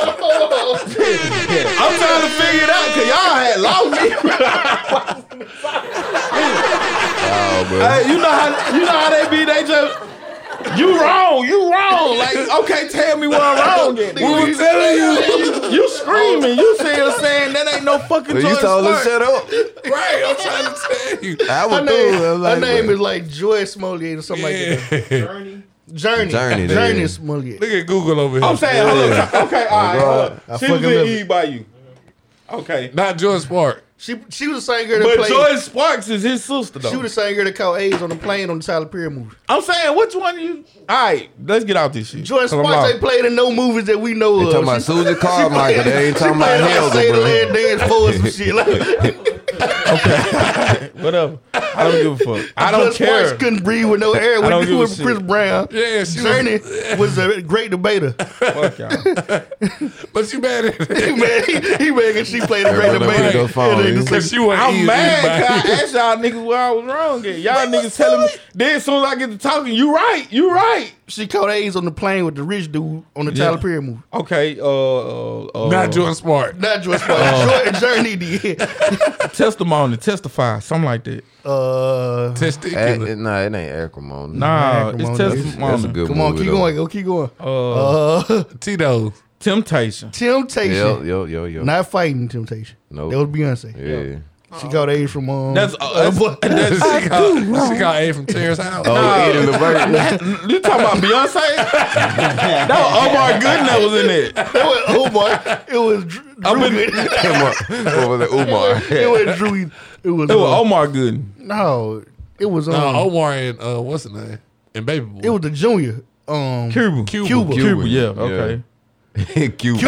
I'm trying to figure it out because y'all had lost me. out, bro. Hey, you know how you know how they be. They just you wrong. You wrong. Like okay, tell me where I'm wrong. At. We were telling you. You screaming. You still saying that ain't no no fucking So you Jordan told him Sparks. shut up. Right, I'm trying to tell you. I Her was name, through. I her was like, name "Bruh." is like Joy Smollett or something like that. Journey. Journey, Journey. yeah. Journey Smollett. Look at Google over here. I'm saying, hold on. Okay, all right. God. Hold on. I She was fucking in love E it. by you. Okay. Not George Spark. She she was the same girl that But played. Joy Sparks is his sister, she was though. the same girl that caught AIDS on the plane on the Tyler Perry movie. I'm saying, which one you. All right, let's get out this shit. Joy 'Cause I'm Sparks out. ain't played in no movies that we know They of. talking about She- Susan Carmichael. They ain't talking about played on Say the Land Hilda, Dance for us some shit. Like, Whatever. I don't give a fuck. I don't Joyce Sparks care. couldn't breathe with no air. don't When give you a with shit. Chris Brown, Yeah, she was, Journey was a great debater. Fuck y'all. but you mad at it. man, he, he mad 'cause she played a great Everybody debater. put their phone And they in. just Cause said, you were I'm easy, mad man. 'cause I asked y'all niggas where I was wrong at. Y'all niggas telling me. Then as soon as I get to talking, you right. You right. She caught AIDS on the plane with the rich dude on the Tyler Perry movie. Okay, uh, uh, uh Not George Spark. Not Joy Oh. Sparks. Joy Journey did. testimony, testify, something like that. Uh, Hey, Testicular. it- Eh, Nah, it ain't acrimony. Nah, come it's on, that's- testimony. that's a good come on, movie, keep though. going. Go, keep going. Uh, Oh. Uh, Tito. temptation. temptation. Yo, yo, yo, yo. Not fighting temptation. Nope. That was Beyonce. Yeah. She got AIDS from um. That's, uh, that's, she, got, she got A from Terrace House. Oh, Nah. eating the bird. you talking about Beyonce? that was Omar Goodnut was in it. That was Omar. It was Drew. I've been- Drew- What was it? it Umar. was Drew. It was. It was uh, Omar Gooden. No, it was um. No, oh. Omar and uh, what's the name? And Baby Boy. It was the junior. Um, Cuba. Cuba. Cuba. Cuba, yeah. yeah. Okay. Cuban.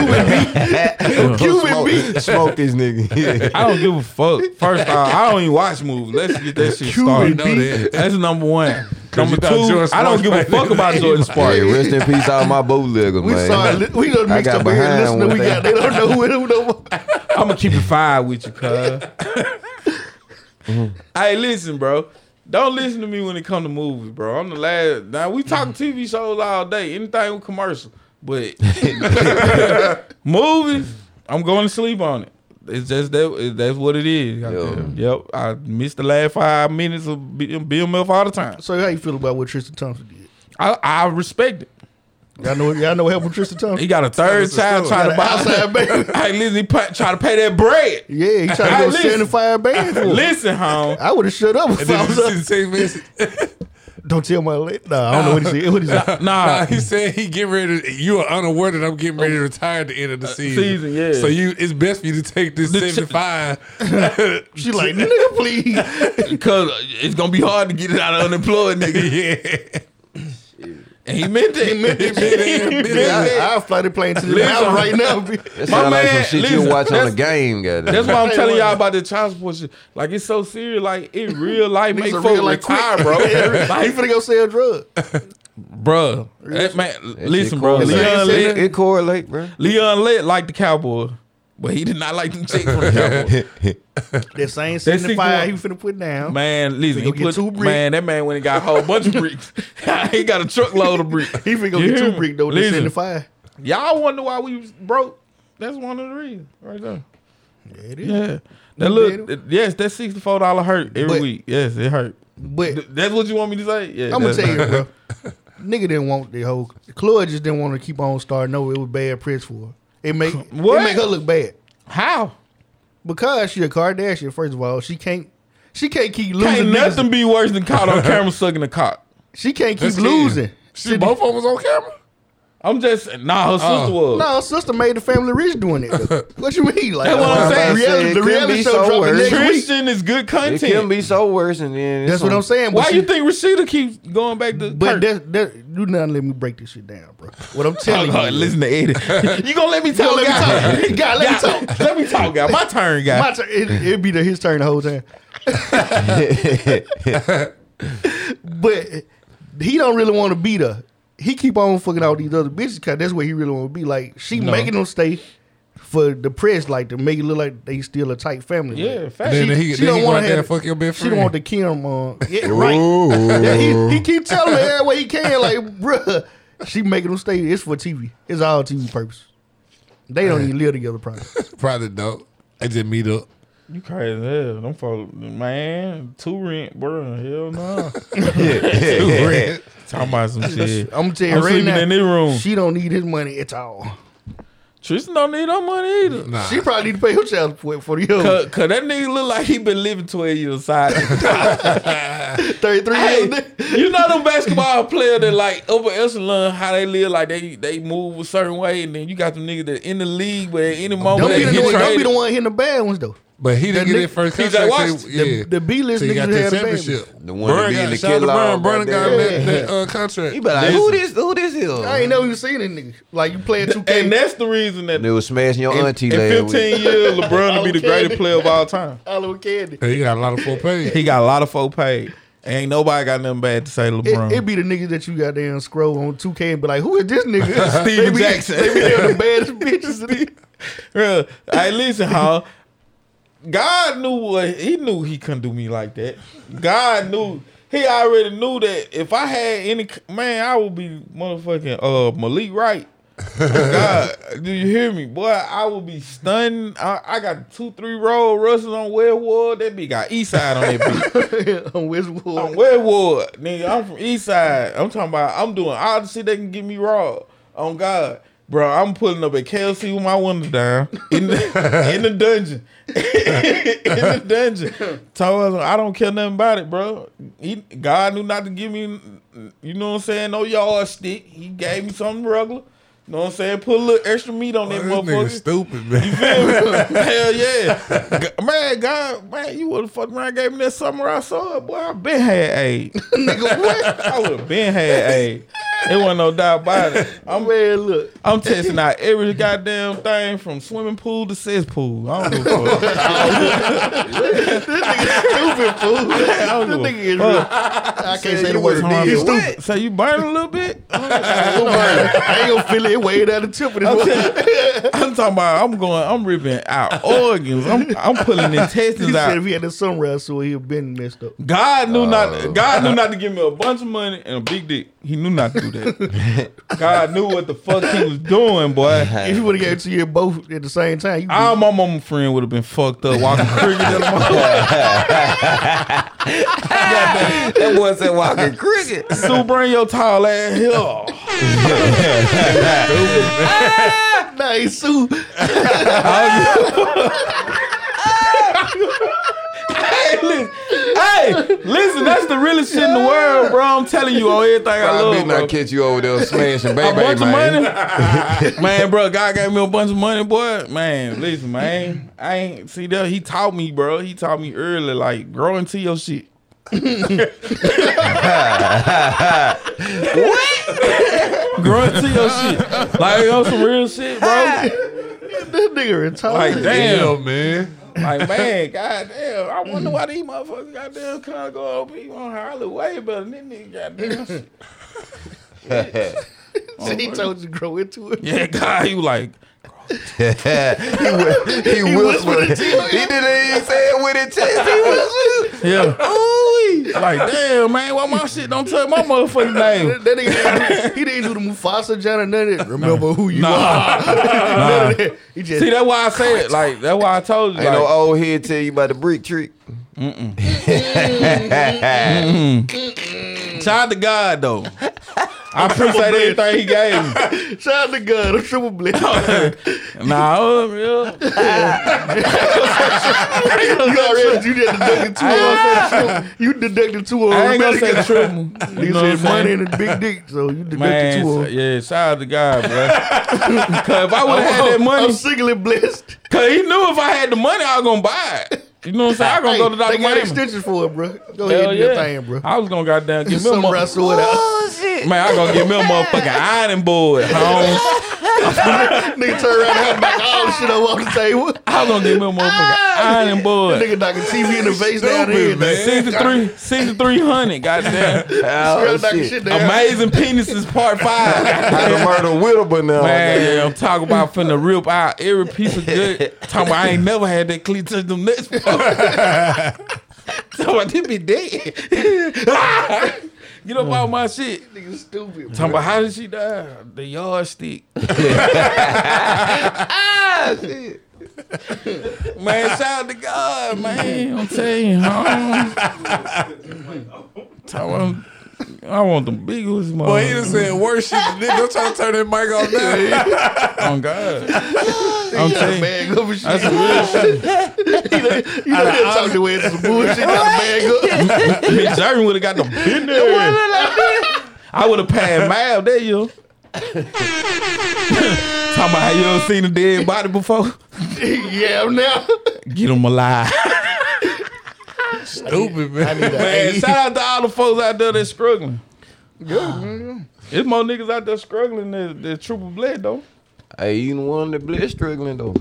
Cuban Smoke- beat. Smoke this nigga. I don't give a fuck. First off, I don't even watch movies. Let's get that shit You started. know that. That's number one. Number you thought Jordan two, I don't Sparks give a made fuck it. about Jordan Hey, Sparks. rest in peace, all my bootleggers, We man. saw. it. We done I mixed got up in here. behind Listening, one we got. day. They don't know who it who no more. I'm gonna keep it five with you, cuz. Mm-hmm. Hey, listen, bro. Don't listen to me when it come to movies, bro. I'm the last. Now we talking TV shows all day, anything with commercial, but movies, I'm going to sleep on it. It's just that it- that's what it is. goddamn. Yep, I miss the last five minutes of B- BMF all the time. So how you feel about what Tristan Thompson did? I, I respect it. Y'all know. Y'all know what happened with Tristan He Thompson. got a third Thomas is child still trying to Got an buy. outside baby. Hey, listen, he pa- try to pay that bread. Yeah, he tried Hey, to go listen. seventy five bands for. it. Listen, home. I would have shut up if And then I you was see up. the same message. Don't tell my late. Nah, I don't know what he said. What he said. Nah, Nah, he said he get ready. To, you are unaware that I'm getting ready to retire at the end of Uh, the season. season, yeah. So you, it's best for you to take this The ch- 75. She like, nigga, please. Because it's gonna be hard to get it out of unemployed nigga. yeah. And he meant it. He meant it. I, I'll fly the plane to the Listen. house right now. bitch. That sound like some man, shit listen, you watch on the that's- game, goddamn. That's why I'm Hey, telling what? y'all about the child support shit. Like it's so serious. Like in real life, make Niggas are folk real like retire, quick, bro. bro. he like, finna go sell drugs. bro. That man, That listen, shit bro. correlate. Leon Listen, Lit, listen. It correlate, bro. Leon Lit liked the cowboy, but he did not like them chicks from the cowboy. That same That six 75 he one- finna put down. Man, listen, They he gonna put, get two bricks. man, that man went and got a whole bunch of bricks. he got a truckload of bricks. He finna go You get hear two me? brick though with that Listen, 75. Y'all wonder why we was broke. That's one of the reasons, right there. It is. Yeah. That You look, feel it- yes, that sixty four dollar hurt every But- week. Yes, it hurt. But Th- That's what you want me to say? Yeah. I'm gonna that's- tell you, bro. Nigga didn't want the whole Chloe just didn't want to keep on starting over. It was bad press for her. It make What? it make her look bad. How? Because she a Kardashian, first of all, she can't she can't keep Can't losing. niggas. nothing be worse than caught on camera sucking a cock. She can't keep That's losing. it. She, both of them was on camera? I'm just nah, her Oh. Uh, sister was. No, her sister made the family rich doing it. what you mean? Like That's what I'm saying. Reality, the It can be reality show so dropping worse. next week. Christian is good It can content. be so worse, and then it's That's what some- I'm saying. Why but you she- think Rashida keeps going back to But Kirk? that, that, do not let me break this shit down, bro. What I'm Hold telling on, you. listen to Eddie. you gonna let me Yo, talk? let guy? me talk. God, let me Guy, talk. Let me talk, guy. My turn, guy. My turn. It, it'd be the, his turn the whole time. but he don't really want to beat her. He keep on fucking all these other bitches because that's where he really want to be. Like she No. making them stay for the press, like to make it look like they still a tight family. yeah, Like, fact. then he, she then don't he wanna went out there have- and fuck your best she friend. don't want the Kim on. Yeah, right. Yeah, he, Uh-huh. he keep telling her every way he can, like, bruh, she making them stay. It's for TV. It's all TV purpose. They don't even live together, probably. Probably don't. They just meet up. You crazy as hell. Them folk, man, two rent, bro. Hell no. Yeah. rent. Talking about some shit. I'm telling you I'm right sleeping now, in this room. she don't need his money at all. Tristan don't need no money either. Nah. She probably need to pay her child support for the uh, other Cause, Cause that nigga look like he been living 12 years side. 33 hey, years. you know them basketball player that like upper echelon, how they live, like they they move a certain way, and then you got them niggas that in the league, but at any moment Don't they be, the get one, don't be traded. the one hitting the bad ones though. But he didn't That get nigga- his first P.J. contract. Watson, till- yeah. The B list Till he niggas got that the had a baby. championship. The one that Burn beat got the shot kid LeBron. off Burn that got that, day. that uh, contract. He be like, who this? Who this is? I ain't never even seen this nigga. Like you playing 2K. and that's the reason that They was smashing your auntie in 15 last week. years, LeBron will be the Okay. greatest player of all time. Oliver Candy. He got a lot of full pay. He got a lot of folk paid. Ain't nobody got nothing bad to say to LeBron. It, it be the niggas that you goddamn scroll on 2K and be like, who is this nigga? Steven They be- Jackson. They be there the baddest bitches. in the- Real. Hey, listen, huh? God knew what he knew he couldn't do me like that. God knew he already knew that if I had any man, I would be motherfucking uh Malik Wright. God, do you hear me, boy? I would be stunned. I, I got two, three roll rushes on Westwood. That bitch got East Side on that bitch. on Westwood. I'm Westwood, nigga. I'm from East Side. I'm talking about. I'm doing all the shit they can get me raw. On God, bro. I'm pulling up at KLC with my window down in the in the dungeon, in the dungeon. Told us I don't care nothing about it, bro. He, God knew not to give me, you know what I'm saying? No yardstick. He gave me something regular. You know what I'm saying? Put a little extra meat on Oh, This that nigga motherfucker. stupid, man. Hell yeah. G- Man, God, man, you would have fucked around and gave me that summer I saw it, boy. I been had AIDS. Nigga, what? I would have been had AIDS. It wasn't no doubt about it. I'm, Man, look. I'm testing out every goddamn thing from swimming pool to cesspool. I don't know. Stupid fool. don't this know. nigga is real. I can't say the word. You Nigga, stupid. stupid. So you burn a little bit? I ain't gonna feel it way down the tip of this one. I'm talking about I'm going, I'm ripping out organs. I'm I'm pulling He intestines out. said if he had the sunrise, so he'd have been messed up. God knew not. God knew not to give me a bunch of money and a big dick. He knew not to do that. God knew what the fuck he was doing, boy. If he would have gave it to you both at the same time, you All my mama friend would have been fucked up walking cricket in the mall. that boy said walking cricket. Sue, bring your tall ass here. nah, he sued. Hey, listen, hey, listen, that's the realest shit in the world, bro. I'm telling you on everything I I love, did bro. not catch you over there smashing baby, a bunch man. of money. man, bro, God gave me a bunch of money, boy. Man, listen, man. I ain't see that he taught me, bro. He taught me early, like growing to your shit. what? growing to your shit. Like on some real shit, bro. This nigga Like retired. damn. Damn, man. Like man, goddamn. I wonder why these motherfuckers goddamn can't go over here on Hollywood way better than this nigga goddamn. he told you to grow into it. Yeah, God, you like he whispered. He didn't even say it with his chest. He whispered. Yeah. Ooh. Like, damn, man, why my shit don't tell my motherfucking name? That that nigga, didn't do- he didn't do the Mufasa John and none of that. Remember who you Nah. are. he just See, that's why I say it. Like, that's why I told you. Ain't no Like, old head tell you about the brick trick. shout out to God, though. I appreciate everything he gave me. shout out to God. I'm triple blessed. Nah, uh, yeah. you already you just deducted two. I on- You deducted two. on I ain't gonna say America. the truth. He You know what I'm said money saying? and a big dick, so you deducted Man, two. so- on- yeah, shout out to God, bro. Cause if I would have had that I'm money, singly blessed. cause he knew if I had the money, I was gonna buy it. You know what I'm saying? I was gonna Hey, go to Dr. They got Miami. extensions for it, bro. Go ahead Hell and do your yeah. thing, bro. I was gonna goddamn give me a Some mo- wrestle it out. Man, I gonna get me a motherfucking ironing board, home. Nigga turn around and have knock all the shit over on the table. I was gonna get me a motherfucking ironing board. Nigga knocking TV in the face down Stupid, here. man. 63 6300, goddamn. Oh, Straight knocking shit. shit down. Amazing Penises Part 5. How to murder Whittle now. Man, I'm talking about finna rip out every piece of good. Talking about I ain't never had that cleat touch them nuts before. Talking about they be dead. Get up out my shit. Nigga stupid. Talking about how did she die? The yardstick. man, shout out to God, man. I'm telling you, huh? Talking about, I want the biggest motherfucker. Boy, he done said worse shit than this. I'm trying to turn that mic off now. on Oh, God. I'm telling you. Bag up and shit. That's some real shit. You know that talk the way it's some bullshit. Got the bag up. Miss Jeremy would have got the bender. I would have passed Mal there, you. Talking about how you ever seen a dead body before? yeah, I'm now. Get him alive. Stupid, man. Man, shout out to all the folks out there that's struggling. There's more niggas out there struggling than, than Triple Bled, though. Hey, you the one that blitz struggling though.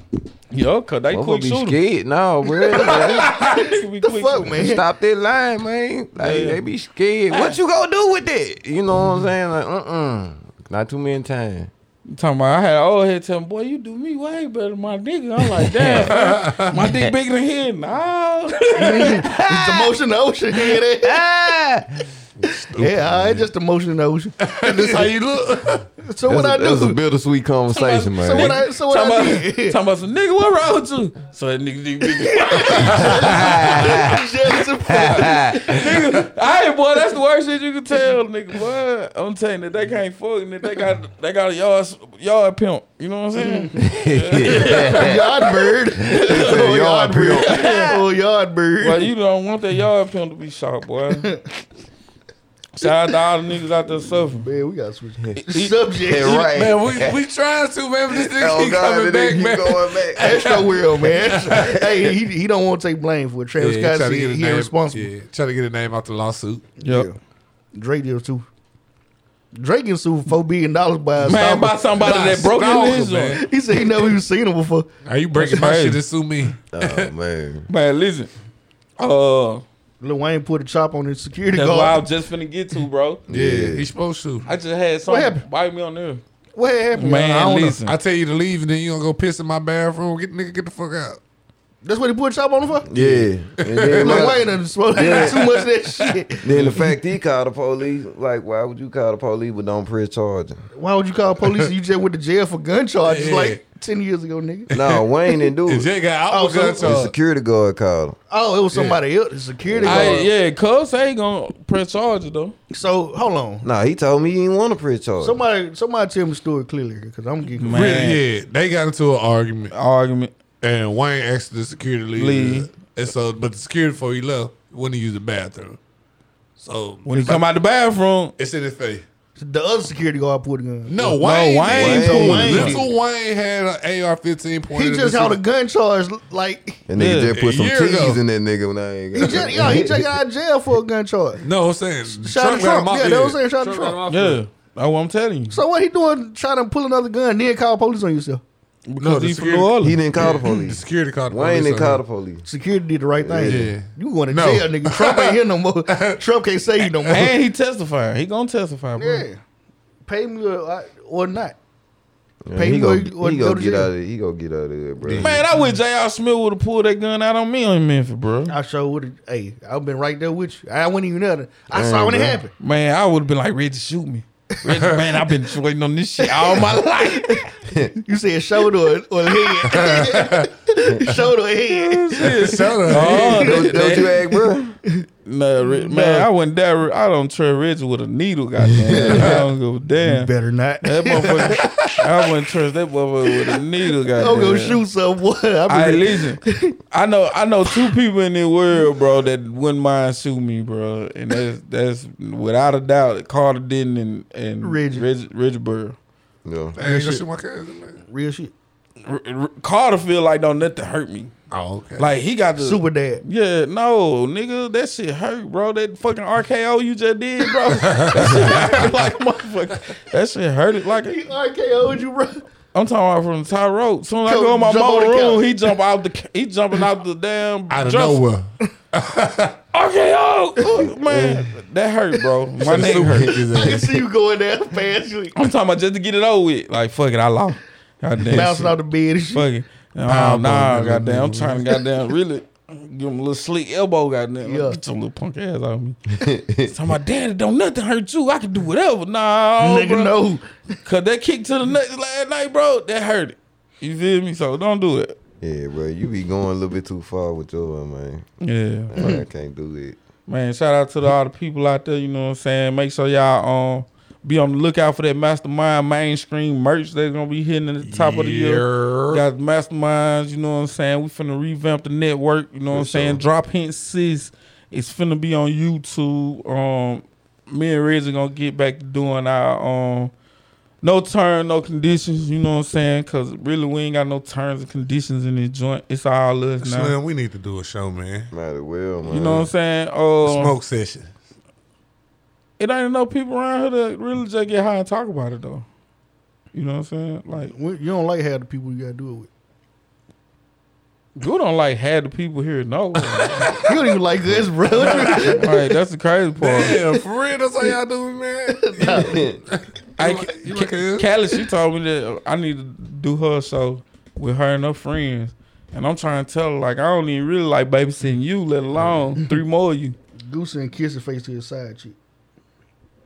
Yo, cause they I'm quick be shooting. scared now, bro. Like, Niggas be quick Fuck, man. Stop that line, man. Like Yeah. they be scared. What you gonna do with that? You know what I'm saying? Like, uh, uh not too many times. Talking about, I had an old head telling me, boy, you do me way better than my nigga. I'm like, damn, my dick bigger than his. No. It's the motion in the ocean. You hear that? yeah, all right, just the motion in the ocean. That's how you look. So what that's I a, that's a do? bittersweet conversation, man. So what I so what Talking I about, did? talking about some nigga, what wrong with you? So that nigga, nigga, nigga, Jealous and fuck. nigga. All right, boy, that's the worst shit you can tell, nigga. Boy, I'm telling you, they can't fuck, and they got they got a yard yard pimp. You know what I'm saying? Yard bird. Oh, yard bird. Oh, yard Well, bird. you don't want that yard pimp to be shot, boy. Shout out to all the niggas out there suffering. Man, we got to switch subject. Yeah, right. Man, we, we trying to, man, but this nigga oh keep God, coming they back, keep man. going back. That's no real, man. hey, he, he don't want to take blame for it. Yeah, Travis he Scott trying said to get his he name. irresponsible. Yeah, trying to get his name out the lawsuit. Yep. Drake did too. Drake getting sued for four billion dollars by Man, a stalker. by somebody that broke Stalker, his man. lizard. He said he never even seen him before. Are you breaking my crazy. shit to sue me? Oh man. Man, listen. Uh, Lil Wayne put a chop on his security that's guard. what I was just finna get to, bro. Yeah, he's supposed to. I just had something happened? bite me on there. What happened? Man, I don't know. listen. I tell you to leave, and then you gonna go piss in my bathroom. Get nigga, get the fuck out. That's what he put a chop on him for. Yeah. And then, Lil my- Wayne done smoked Yeah. too much of that shit. then the fact he called the police, like, why would you call the police but don't press charges? Why would you call police? if You just went to jail for gun charges Yeah. like ten years ago, nigga. No, Wayne didn't do If it. Jay got out Oh, with gun so- The charge. security guard called him. Oh, it was somebody else, the security guard. I, yeah, cuz ain't gonna press charges though. So hold on. No, he told me he didn't want to press charges. Somebody, somebody tell me the story clearly because I'm getting Man. Really, yeah, they got into an argument, Argument. and Wayne asked the security to leave. Leave. And so, but the security before he left wouldn't use the bathroom. So When he come out the bathroom, it's in his face. the other security guard put a gun. No, Wayne. Wayne did. pulled it. Little Wayne had an AR-15 pointed. He at just the held a security- gun charge like And nigga Yeah, just put a some year T's ago. in that nigga when I ain't he just, yo, he just got out of jail for a gun charge. No, I'm saying Shout got out to him Trump. off Yeah, the they air. was saying shout out got to Trump. him off the air. yeah, that's what I'm telling you. So what he doing? Trying to pulling another gun, then call police on yourself. Because the he from security- New Orleans. He didn't call the The police. security called the Wayne police didn't on call him. the police. Security did the right thing. Yeah. You going to No. jail, nigga. Trump ain't here no more. Trump can't say you no more. and he testified. He gonna testify, bro. yeah. Pay me or, or not. Yeah, Pay he me go, or, he or go go to get jail. out of he go get out of there, bro. Man, I wish J.R. Smith would have pulled that gun out on me on Memphis, bro. I sure would have. Hey, I've been right there with you. I wasn't even there. I saw when it bro. happened. Man, I would have been like, Reggie, shoot me. Reggie, man, I've been waiting on this shit all my life. You said shoulder or, or head. shoulder or head. Shout out. Oh, Don't, that- don't you that- act, bro? Nah, Re- man, I went there. I don't trust Reggie with a needle, goddamn. I don't go damn. Better not. That motherfucker, I wouldn't trust that motherfucker with a needle, goddamn. I'm going to shoot someone. I I mean, listen. I know I know two people in the world, bro, that wouldn't mind sue me, bro. And that's that's without a doubt Carter Denton and, and Reggie. Reggie, Reggie Burr. No. Hey, you gonna shoot my cousin, man. real shit. R- R- Carter feel like don't nothing hurt me. Oh, okay. Like he got the Super dad. Yeah, no, nigga, that shit hurt, bro. That fucking RKO you just did, bro. that shit hurt like a motherfucker. That shit hurt it like a, RKO'd you, bro. I'm talking about from the top rope. Soon as I go in my Jump on mama the room, couch. he jump out the ca- he jumping out the damn out of dresser. nowhere. RKO, man, that hurt, bro. My neck hurt. I can see you going there fast. You I'm talking about just to get it over with. Like fuck it, I lost. Goddamn, bouncing shit. off the bed and shit. fuck it. Nah, Pound nah, bone. goddamn. I'm trying to goddamn really give him a little sleek elbow, goddamn. Like, Yeah. Get your little punk ass out of me. so my daddy don't nothing hurt you. I can do whatever. Oh, Nah, Nigga, bro. no. Cause that kick to the nuts last night, bro, that hurt it. You feel me? So don't do it. Yeah, bro. You be going a little bit too far with your man. Yeah. I can't do it. Man, shout out to the, all the people out there, you know what I'm saying? Make sure y'all um be on the lookout for that mastermind mainstream merch that's gonna be hitting at the top of the year. Yeah. Got masterminds, you know what I'm saying? We finna revamp the network, you know what I'm saying? Drop hint sis. It's finna be on YouTube. Um me and Reggie gonna get back to doing our um no turn, no conditions, you know what I'm saying? Cause really we ain't got no turns and conditions in this joint. It's all us now. Slim, we need to do a show, man. Might as well, man. You know what I'm saying? Uh, Smoke session. It ain't no people around here that really just get high and talk about it though. You know what I'm saying? Like, We- You don't like how the people you gotta do it with. you don't like have the people here know. like, You don't even like this, bro. What that's the crazy part. Yeah, for real, that's how y'all do it, man. I, you like it? Callie, she told me that I need to do her show with her and her friends, and I'm trying to tell her like I don't even really like babysitting you, let alone three more of you you- Goose and kiss the face to his side cheek.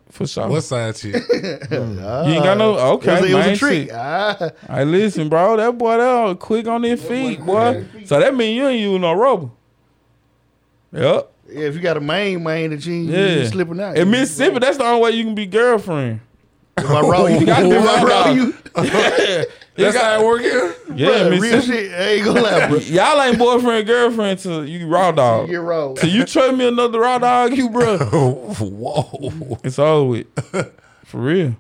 for sure. what side chick? you ain't got no okay. it was, a- it was man, a trick. shit. Ah, Hey, listen, bro, that boy that all quick on his feet, boy. So that mean you ain't use no rubber. Yep. yeah, if you got a main man that you ain't you Yeah. ain't slipping out. In Mississippi, that's the only way you can be girlfriend. If I roll you, if gotta be I right roll dog. you, That's how it work here? Yeah, bruh, real Mississippi. shit. I ain't gonna lie, bro. Y'all ain't boyfriend girlfriend till you raw dog. You're wrong. Till you trust me another raw dog, you bro. Whoa. It's all with for real.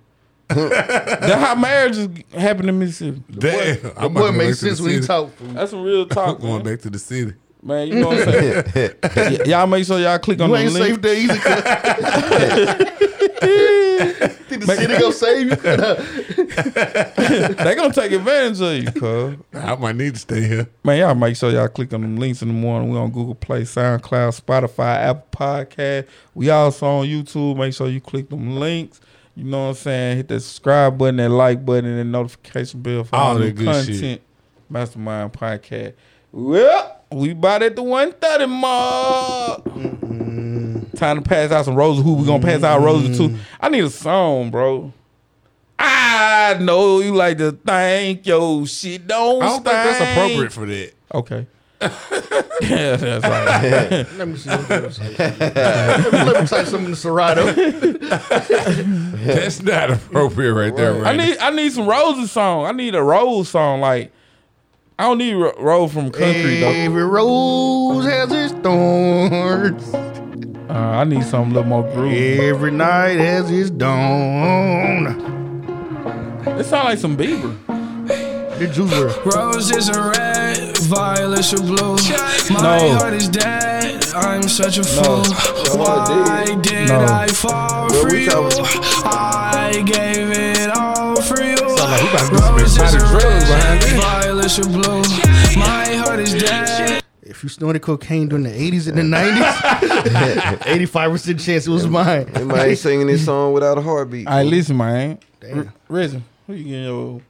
That's how marriages happen in Mississippi. Damn. The I'm about boy to go makes back to the sense when he city. talk. That's some real talk, I'm going man. back to the city. Man, you know what I'm saying? Y- y'all make sure y'all click on You the ain't link. safe there either. cuz. Did the city go save you? They gonna take advantage of you, cuz. I might need to stay here. Man, y'all make sure y'all click on them links in the morning. We on Google Play, SoundCloud, Spotify, Apple Podcast. We also on YouTube. Make sure you click them links. You know what I'm saying? Hit that subscribe button, that like button, and that notification bell for All all, that the good content. shit. Mastermind Podcast. Well, we about at the 130 mark. Time to pass out some roses. Who we gonna pass out roses to? I need a song, bro. I know you like to thank your shit. Don't I don't think that's stink. appropriate for that. Okay. yeah, that's all right. Let me see. What they gonna say. let, me, let me type something in Serato. That's not appropriate right there, I right? need I need some roses song. I need a rose song. Like I don't need a rose from country though. Every rose has its thorns. Uh, I need something a little more groovy. Every night has its dawn. It sound like some Bieber. The juice world. Roses are red, violets are blue. My No. heart is dead, I'm such a fool. Why did No. I fall for you? I gave it all for you. like we about to do some exotic drugs behind this. violets are blue. My heart is dead. If you snorted cocaine during the 80s and the 90s, 85% chance it was mine. They might ain't singing this song without a heartbeat. All right, listen, man. Damn. Risen, who you getting your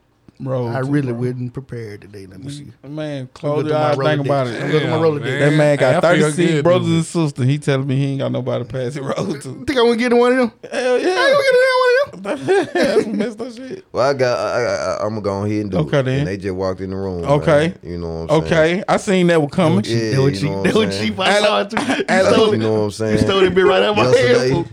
rose? I to, really bro? wasn't prepared today. Let me Mm-hmm. see. Man, Look close at your my eyes, Rolodex. think about Look it. at my Damn, Rolodex. That man Hey, I got feel 36 good, brothers dude. and sisters. He telling me he ain't got nobody to pass it rose to. Think I'm gonna get one of them? Hell yeah. I ain't gonna get one of them. That's some messed up shit. Well, I got. I, I, I, I'm gonna go ahead and do Okay, it. then. And they just walked in the room. Okay. man. You know what I'm saying? Okay, I seen that one coming. Yeah, They were you cheap. know They what I'm were saying? cheap. I saw it too. You Alex, stole You know it. what I'm saying? You stole it. Been right out of my hand. Yesterday fool.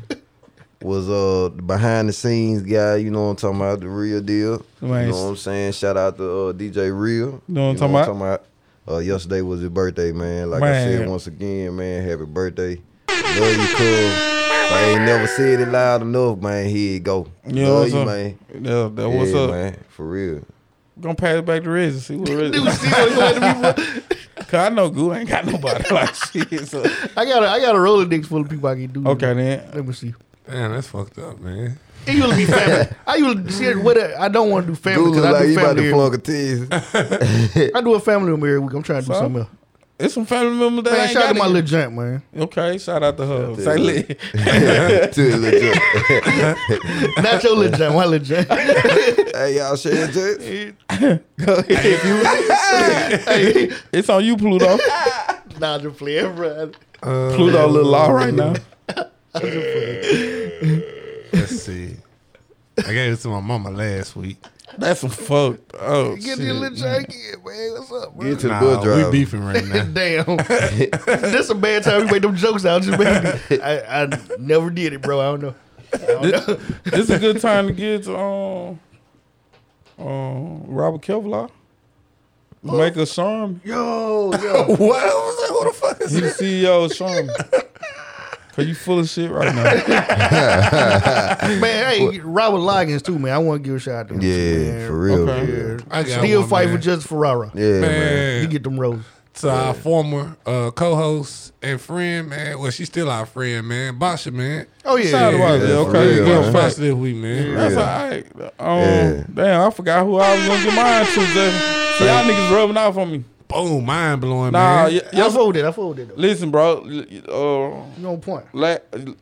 was uh the behind the scenes guy. You know what I'm talking about? The real deal. Nice. You know what I'm saying? Shout out to uh, DJ Real. You know what I'm talking about? Uh, yesterday was his birthday, man. Like I Man. said once again, man, happy birthday. Love you, cuz. I ain't never said it loud enough, man. Here you go. You know Love what you, I'm man. saying? Yeah, that what's yeah, up. man. For real. Gonna pass it back to Riz and see what Riz. Dude, see, I was like, Cause I know Goo ain't got nobody like shit. So. I got a, I got a Rolodex full of people I can do. Okay then. Let me see. Damn, that's fucked up, man. It usually be family. I usually see it with a, I don't want to do family Dude because look I like do you family. about to Every, flunk a tease. I do a family room every week. I'm trying to do So? something else. It's some family members that Man, ain't shout out got to my it. little junk, man. Okay, shout out to her. to Say you. lit. To the little joint. Not your little junk, my little junk. hey, y'all share it. hey, It's on you, Pluto. nah, I'm just playing, bro. Pluto a little law right now. Let's see. I gave it to my mama last week. That's some fucked. Oh, shit. Get the little jacket, man. What's up, bro? Get to the Nah, bus driver. we beefing right now. Damn, this a bad time. You make them jokes out, just baby. I, I never did it, bro. I don't know. I don't know. this, this is a good time to get to um, um Robert Kevlar. Michael Sharm. Yo, yo, What? was that? Who the fuck is He's the CEO of Sharm. Cause you full of shit right now. man. Hey, Robert Loggins too, man. I want to give a shout out to him. too, Yeah, man. for real. Okay. for real. I got Still one, fight man. for Justice Ferrara. Yeah, man. You man. get them roses. to our former uh, co-host and friend, man. Well, she's still our friend, man. Basha, man. Oh yeah, Sidewise, yeah, yeah, for okay. real, good man. fight. Basha this week, man. That's all right. Um, Yeah. Damn, I forgot who I was gonna get mine to. Jeff. See, y'all niggas rubbing off on me. Boom, mind blowing, Nah, man. y- yeah. I yes- folded. I folded. Though. listen, bro. l- Uh, You on point? la-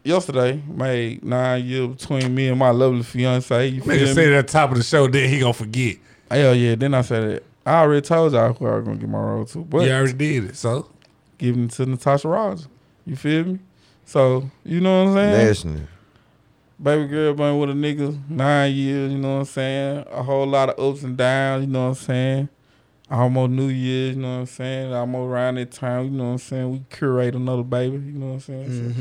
yesterday, made nine years between me and my lovely fiance. You Nigga feel said me? at the top of the show, then he gonna forget. Hell yeah. Then I said it. I already told y'all who I was gonna get my role to, but You already did it, so giving it to Natasha Rogers. You feel me? So you know what I'm saying? National. Baby girl been with a nigga nine years, you know what I'm saying? A whole lot of ups and downs, you know what I'm saying? Almost New Year's, you know what I'm saying? Almost around that time, you know what I'm saying? We curate another baby, you know what I'm saying? So-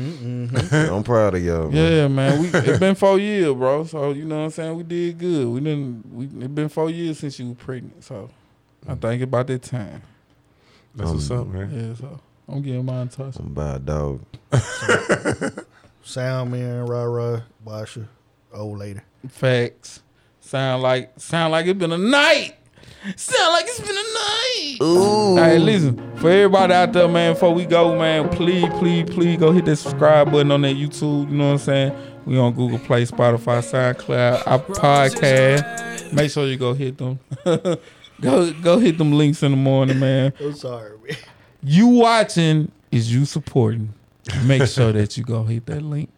mm-hmm. I'm proud of y'all. Man. yeah, man. We it been four years, bro. So you know what I'm saying? We did good. We didn't we it been four years since you were pregnant. So I think about that time. that's what's up, man. Yeah, so I'm getting mine touched. I'm about a dog. Sound man, rah rah, Basha, old lady. Facts. Sound like sound like it's been a night. Sound like it's been a night. Ooh. Hey, listen, for everybody out there, man, before we go, man, please, please, please go hit that subscribe button on that YouTube. You know what I'm saying? We on Google Play, Spotify, SoundCloud, our podcast. Make sure you go hit them. go go hit them links in the morning, man. I'm sorry, man. You watching is you supporting. Make sure that you go hit that link.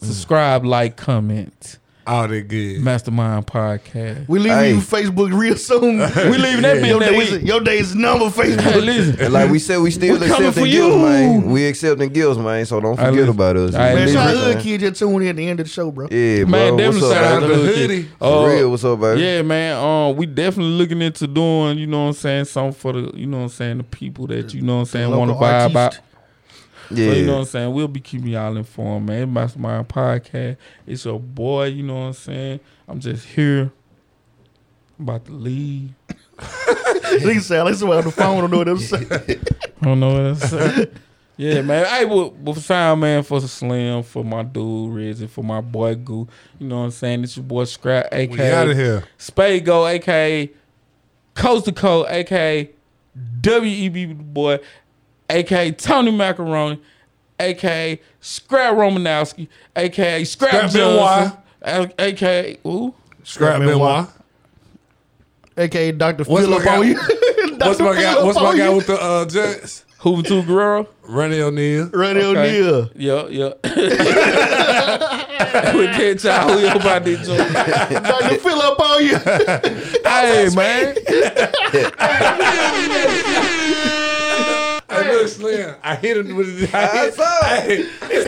Subscribe, like, comment. All that good. Mastermind Podcast. We leaving Hey. you Facebook real soon. We leaving that bitch your that days, week. your days number Hey, Facebook. listen. And like we said, we still We coming accepting for gifts, you. man. We accepting gifts, man. So don't Hey, forget listen. about us. Hey, man. Man, listen. shout out Hey, to man. Hood Kid just tuned in at the end of the show, bro. Yeah, Man, bro. definitely what's shout up, out to baby? the Hoodie. hoodie. For real, what's up, baby? Oh, Uh, Yeah, man. Um, we definitely looking into doing, you know what I'm saying, something for the, you know what I'm saying, the people that, you know what I'm saying, want to local buy artiste. about. yeah. So, you know what I'm saying? We'll be keeping y'all informed, man. It's Mastermind Podcast. It's your boy, you know what I'm saying? I'm just here. I'm about to leave. Nigga sound like somebody on the phone don't know what I'm saying. I don't know what else to say. Yeah, man. Hey, well, well, sound man for Slim, for my dude Riz, and for my boy Goo. You know what I'm saying? It's your boy Scrap, aka We out of here. Spago, aka Coast to Coast, aka WEB E Boy, aka Tony Macaroni, aka Scrap Romanowski, aka Scrap, Scrap Johnson, a- aka ooh, Scrap Benoit. AKA Dr. What's Philip my on guy- you. What's my guy? What's my guy you. with the uh, Jets? Hoover Two Guerrero. Ronnie O'Neal. Ronnie Okay. O'Neal. Yeah, yeah. we catch y'all who about this joint. Dr. Philip on you. Hey man, Hey, look, Slim. I hit him with. I What's hit, up? Hey,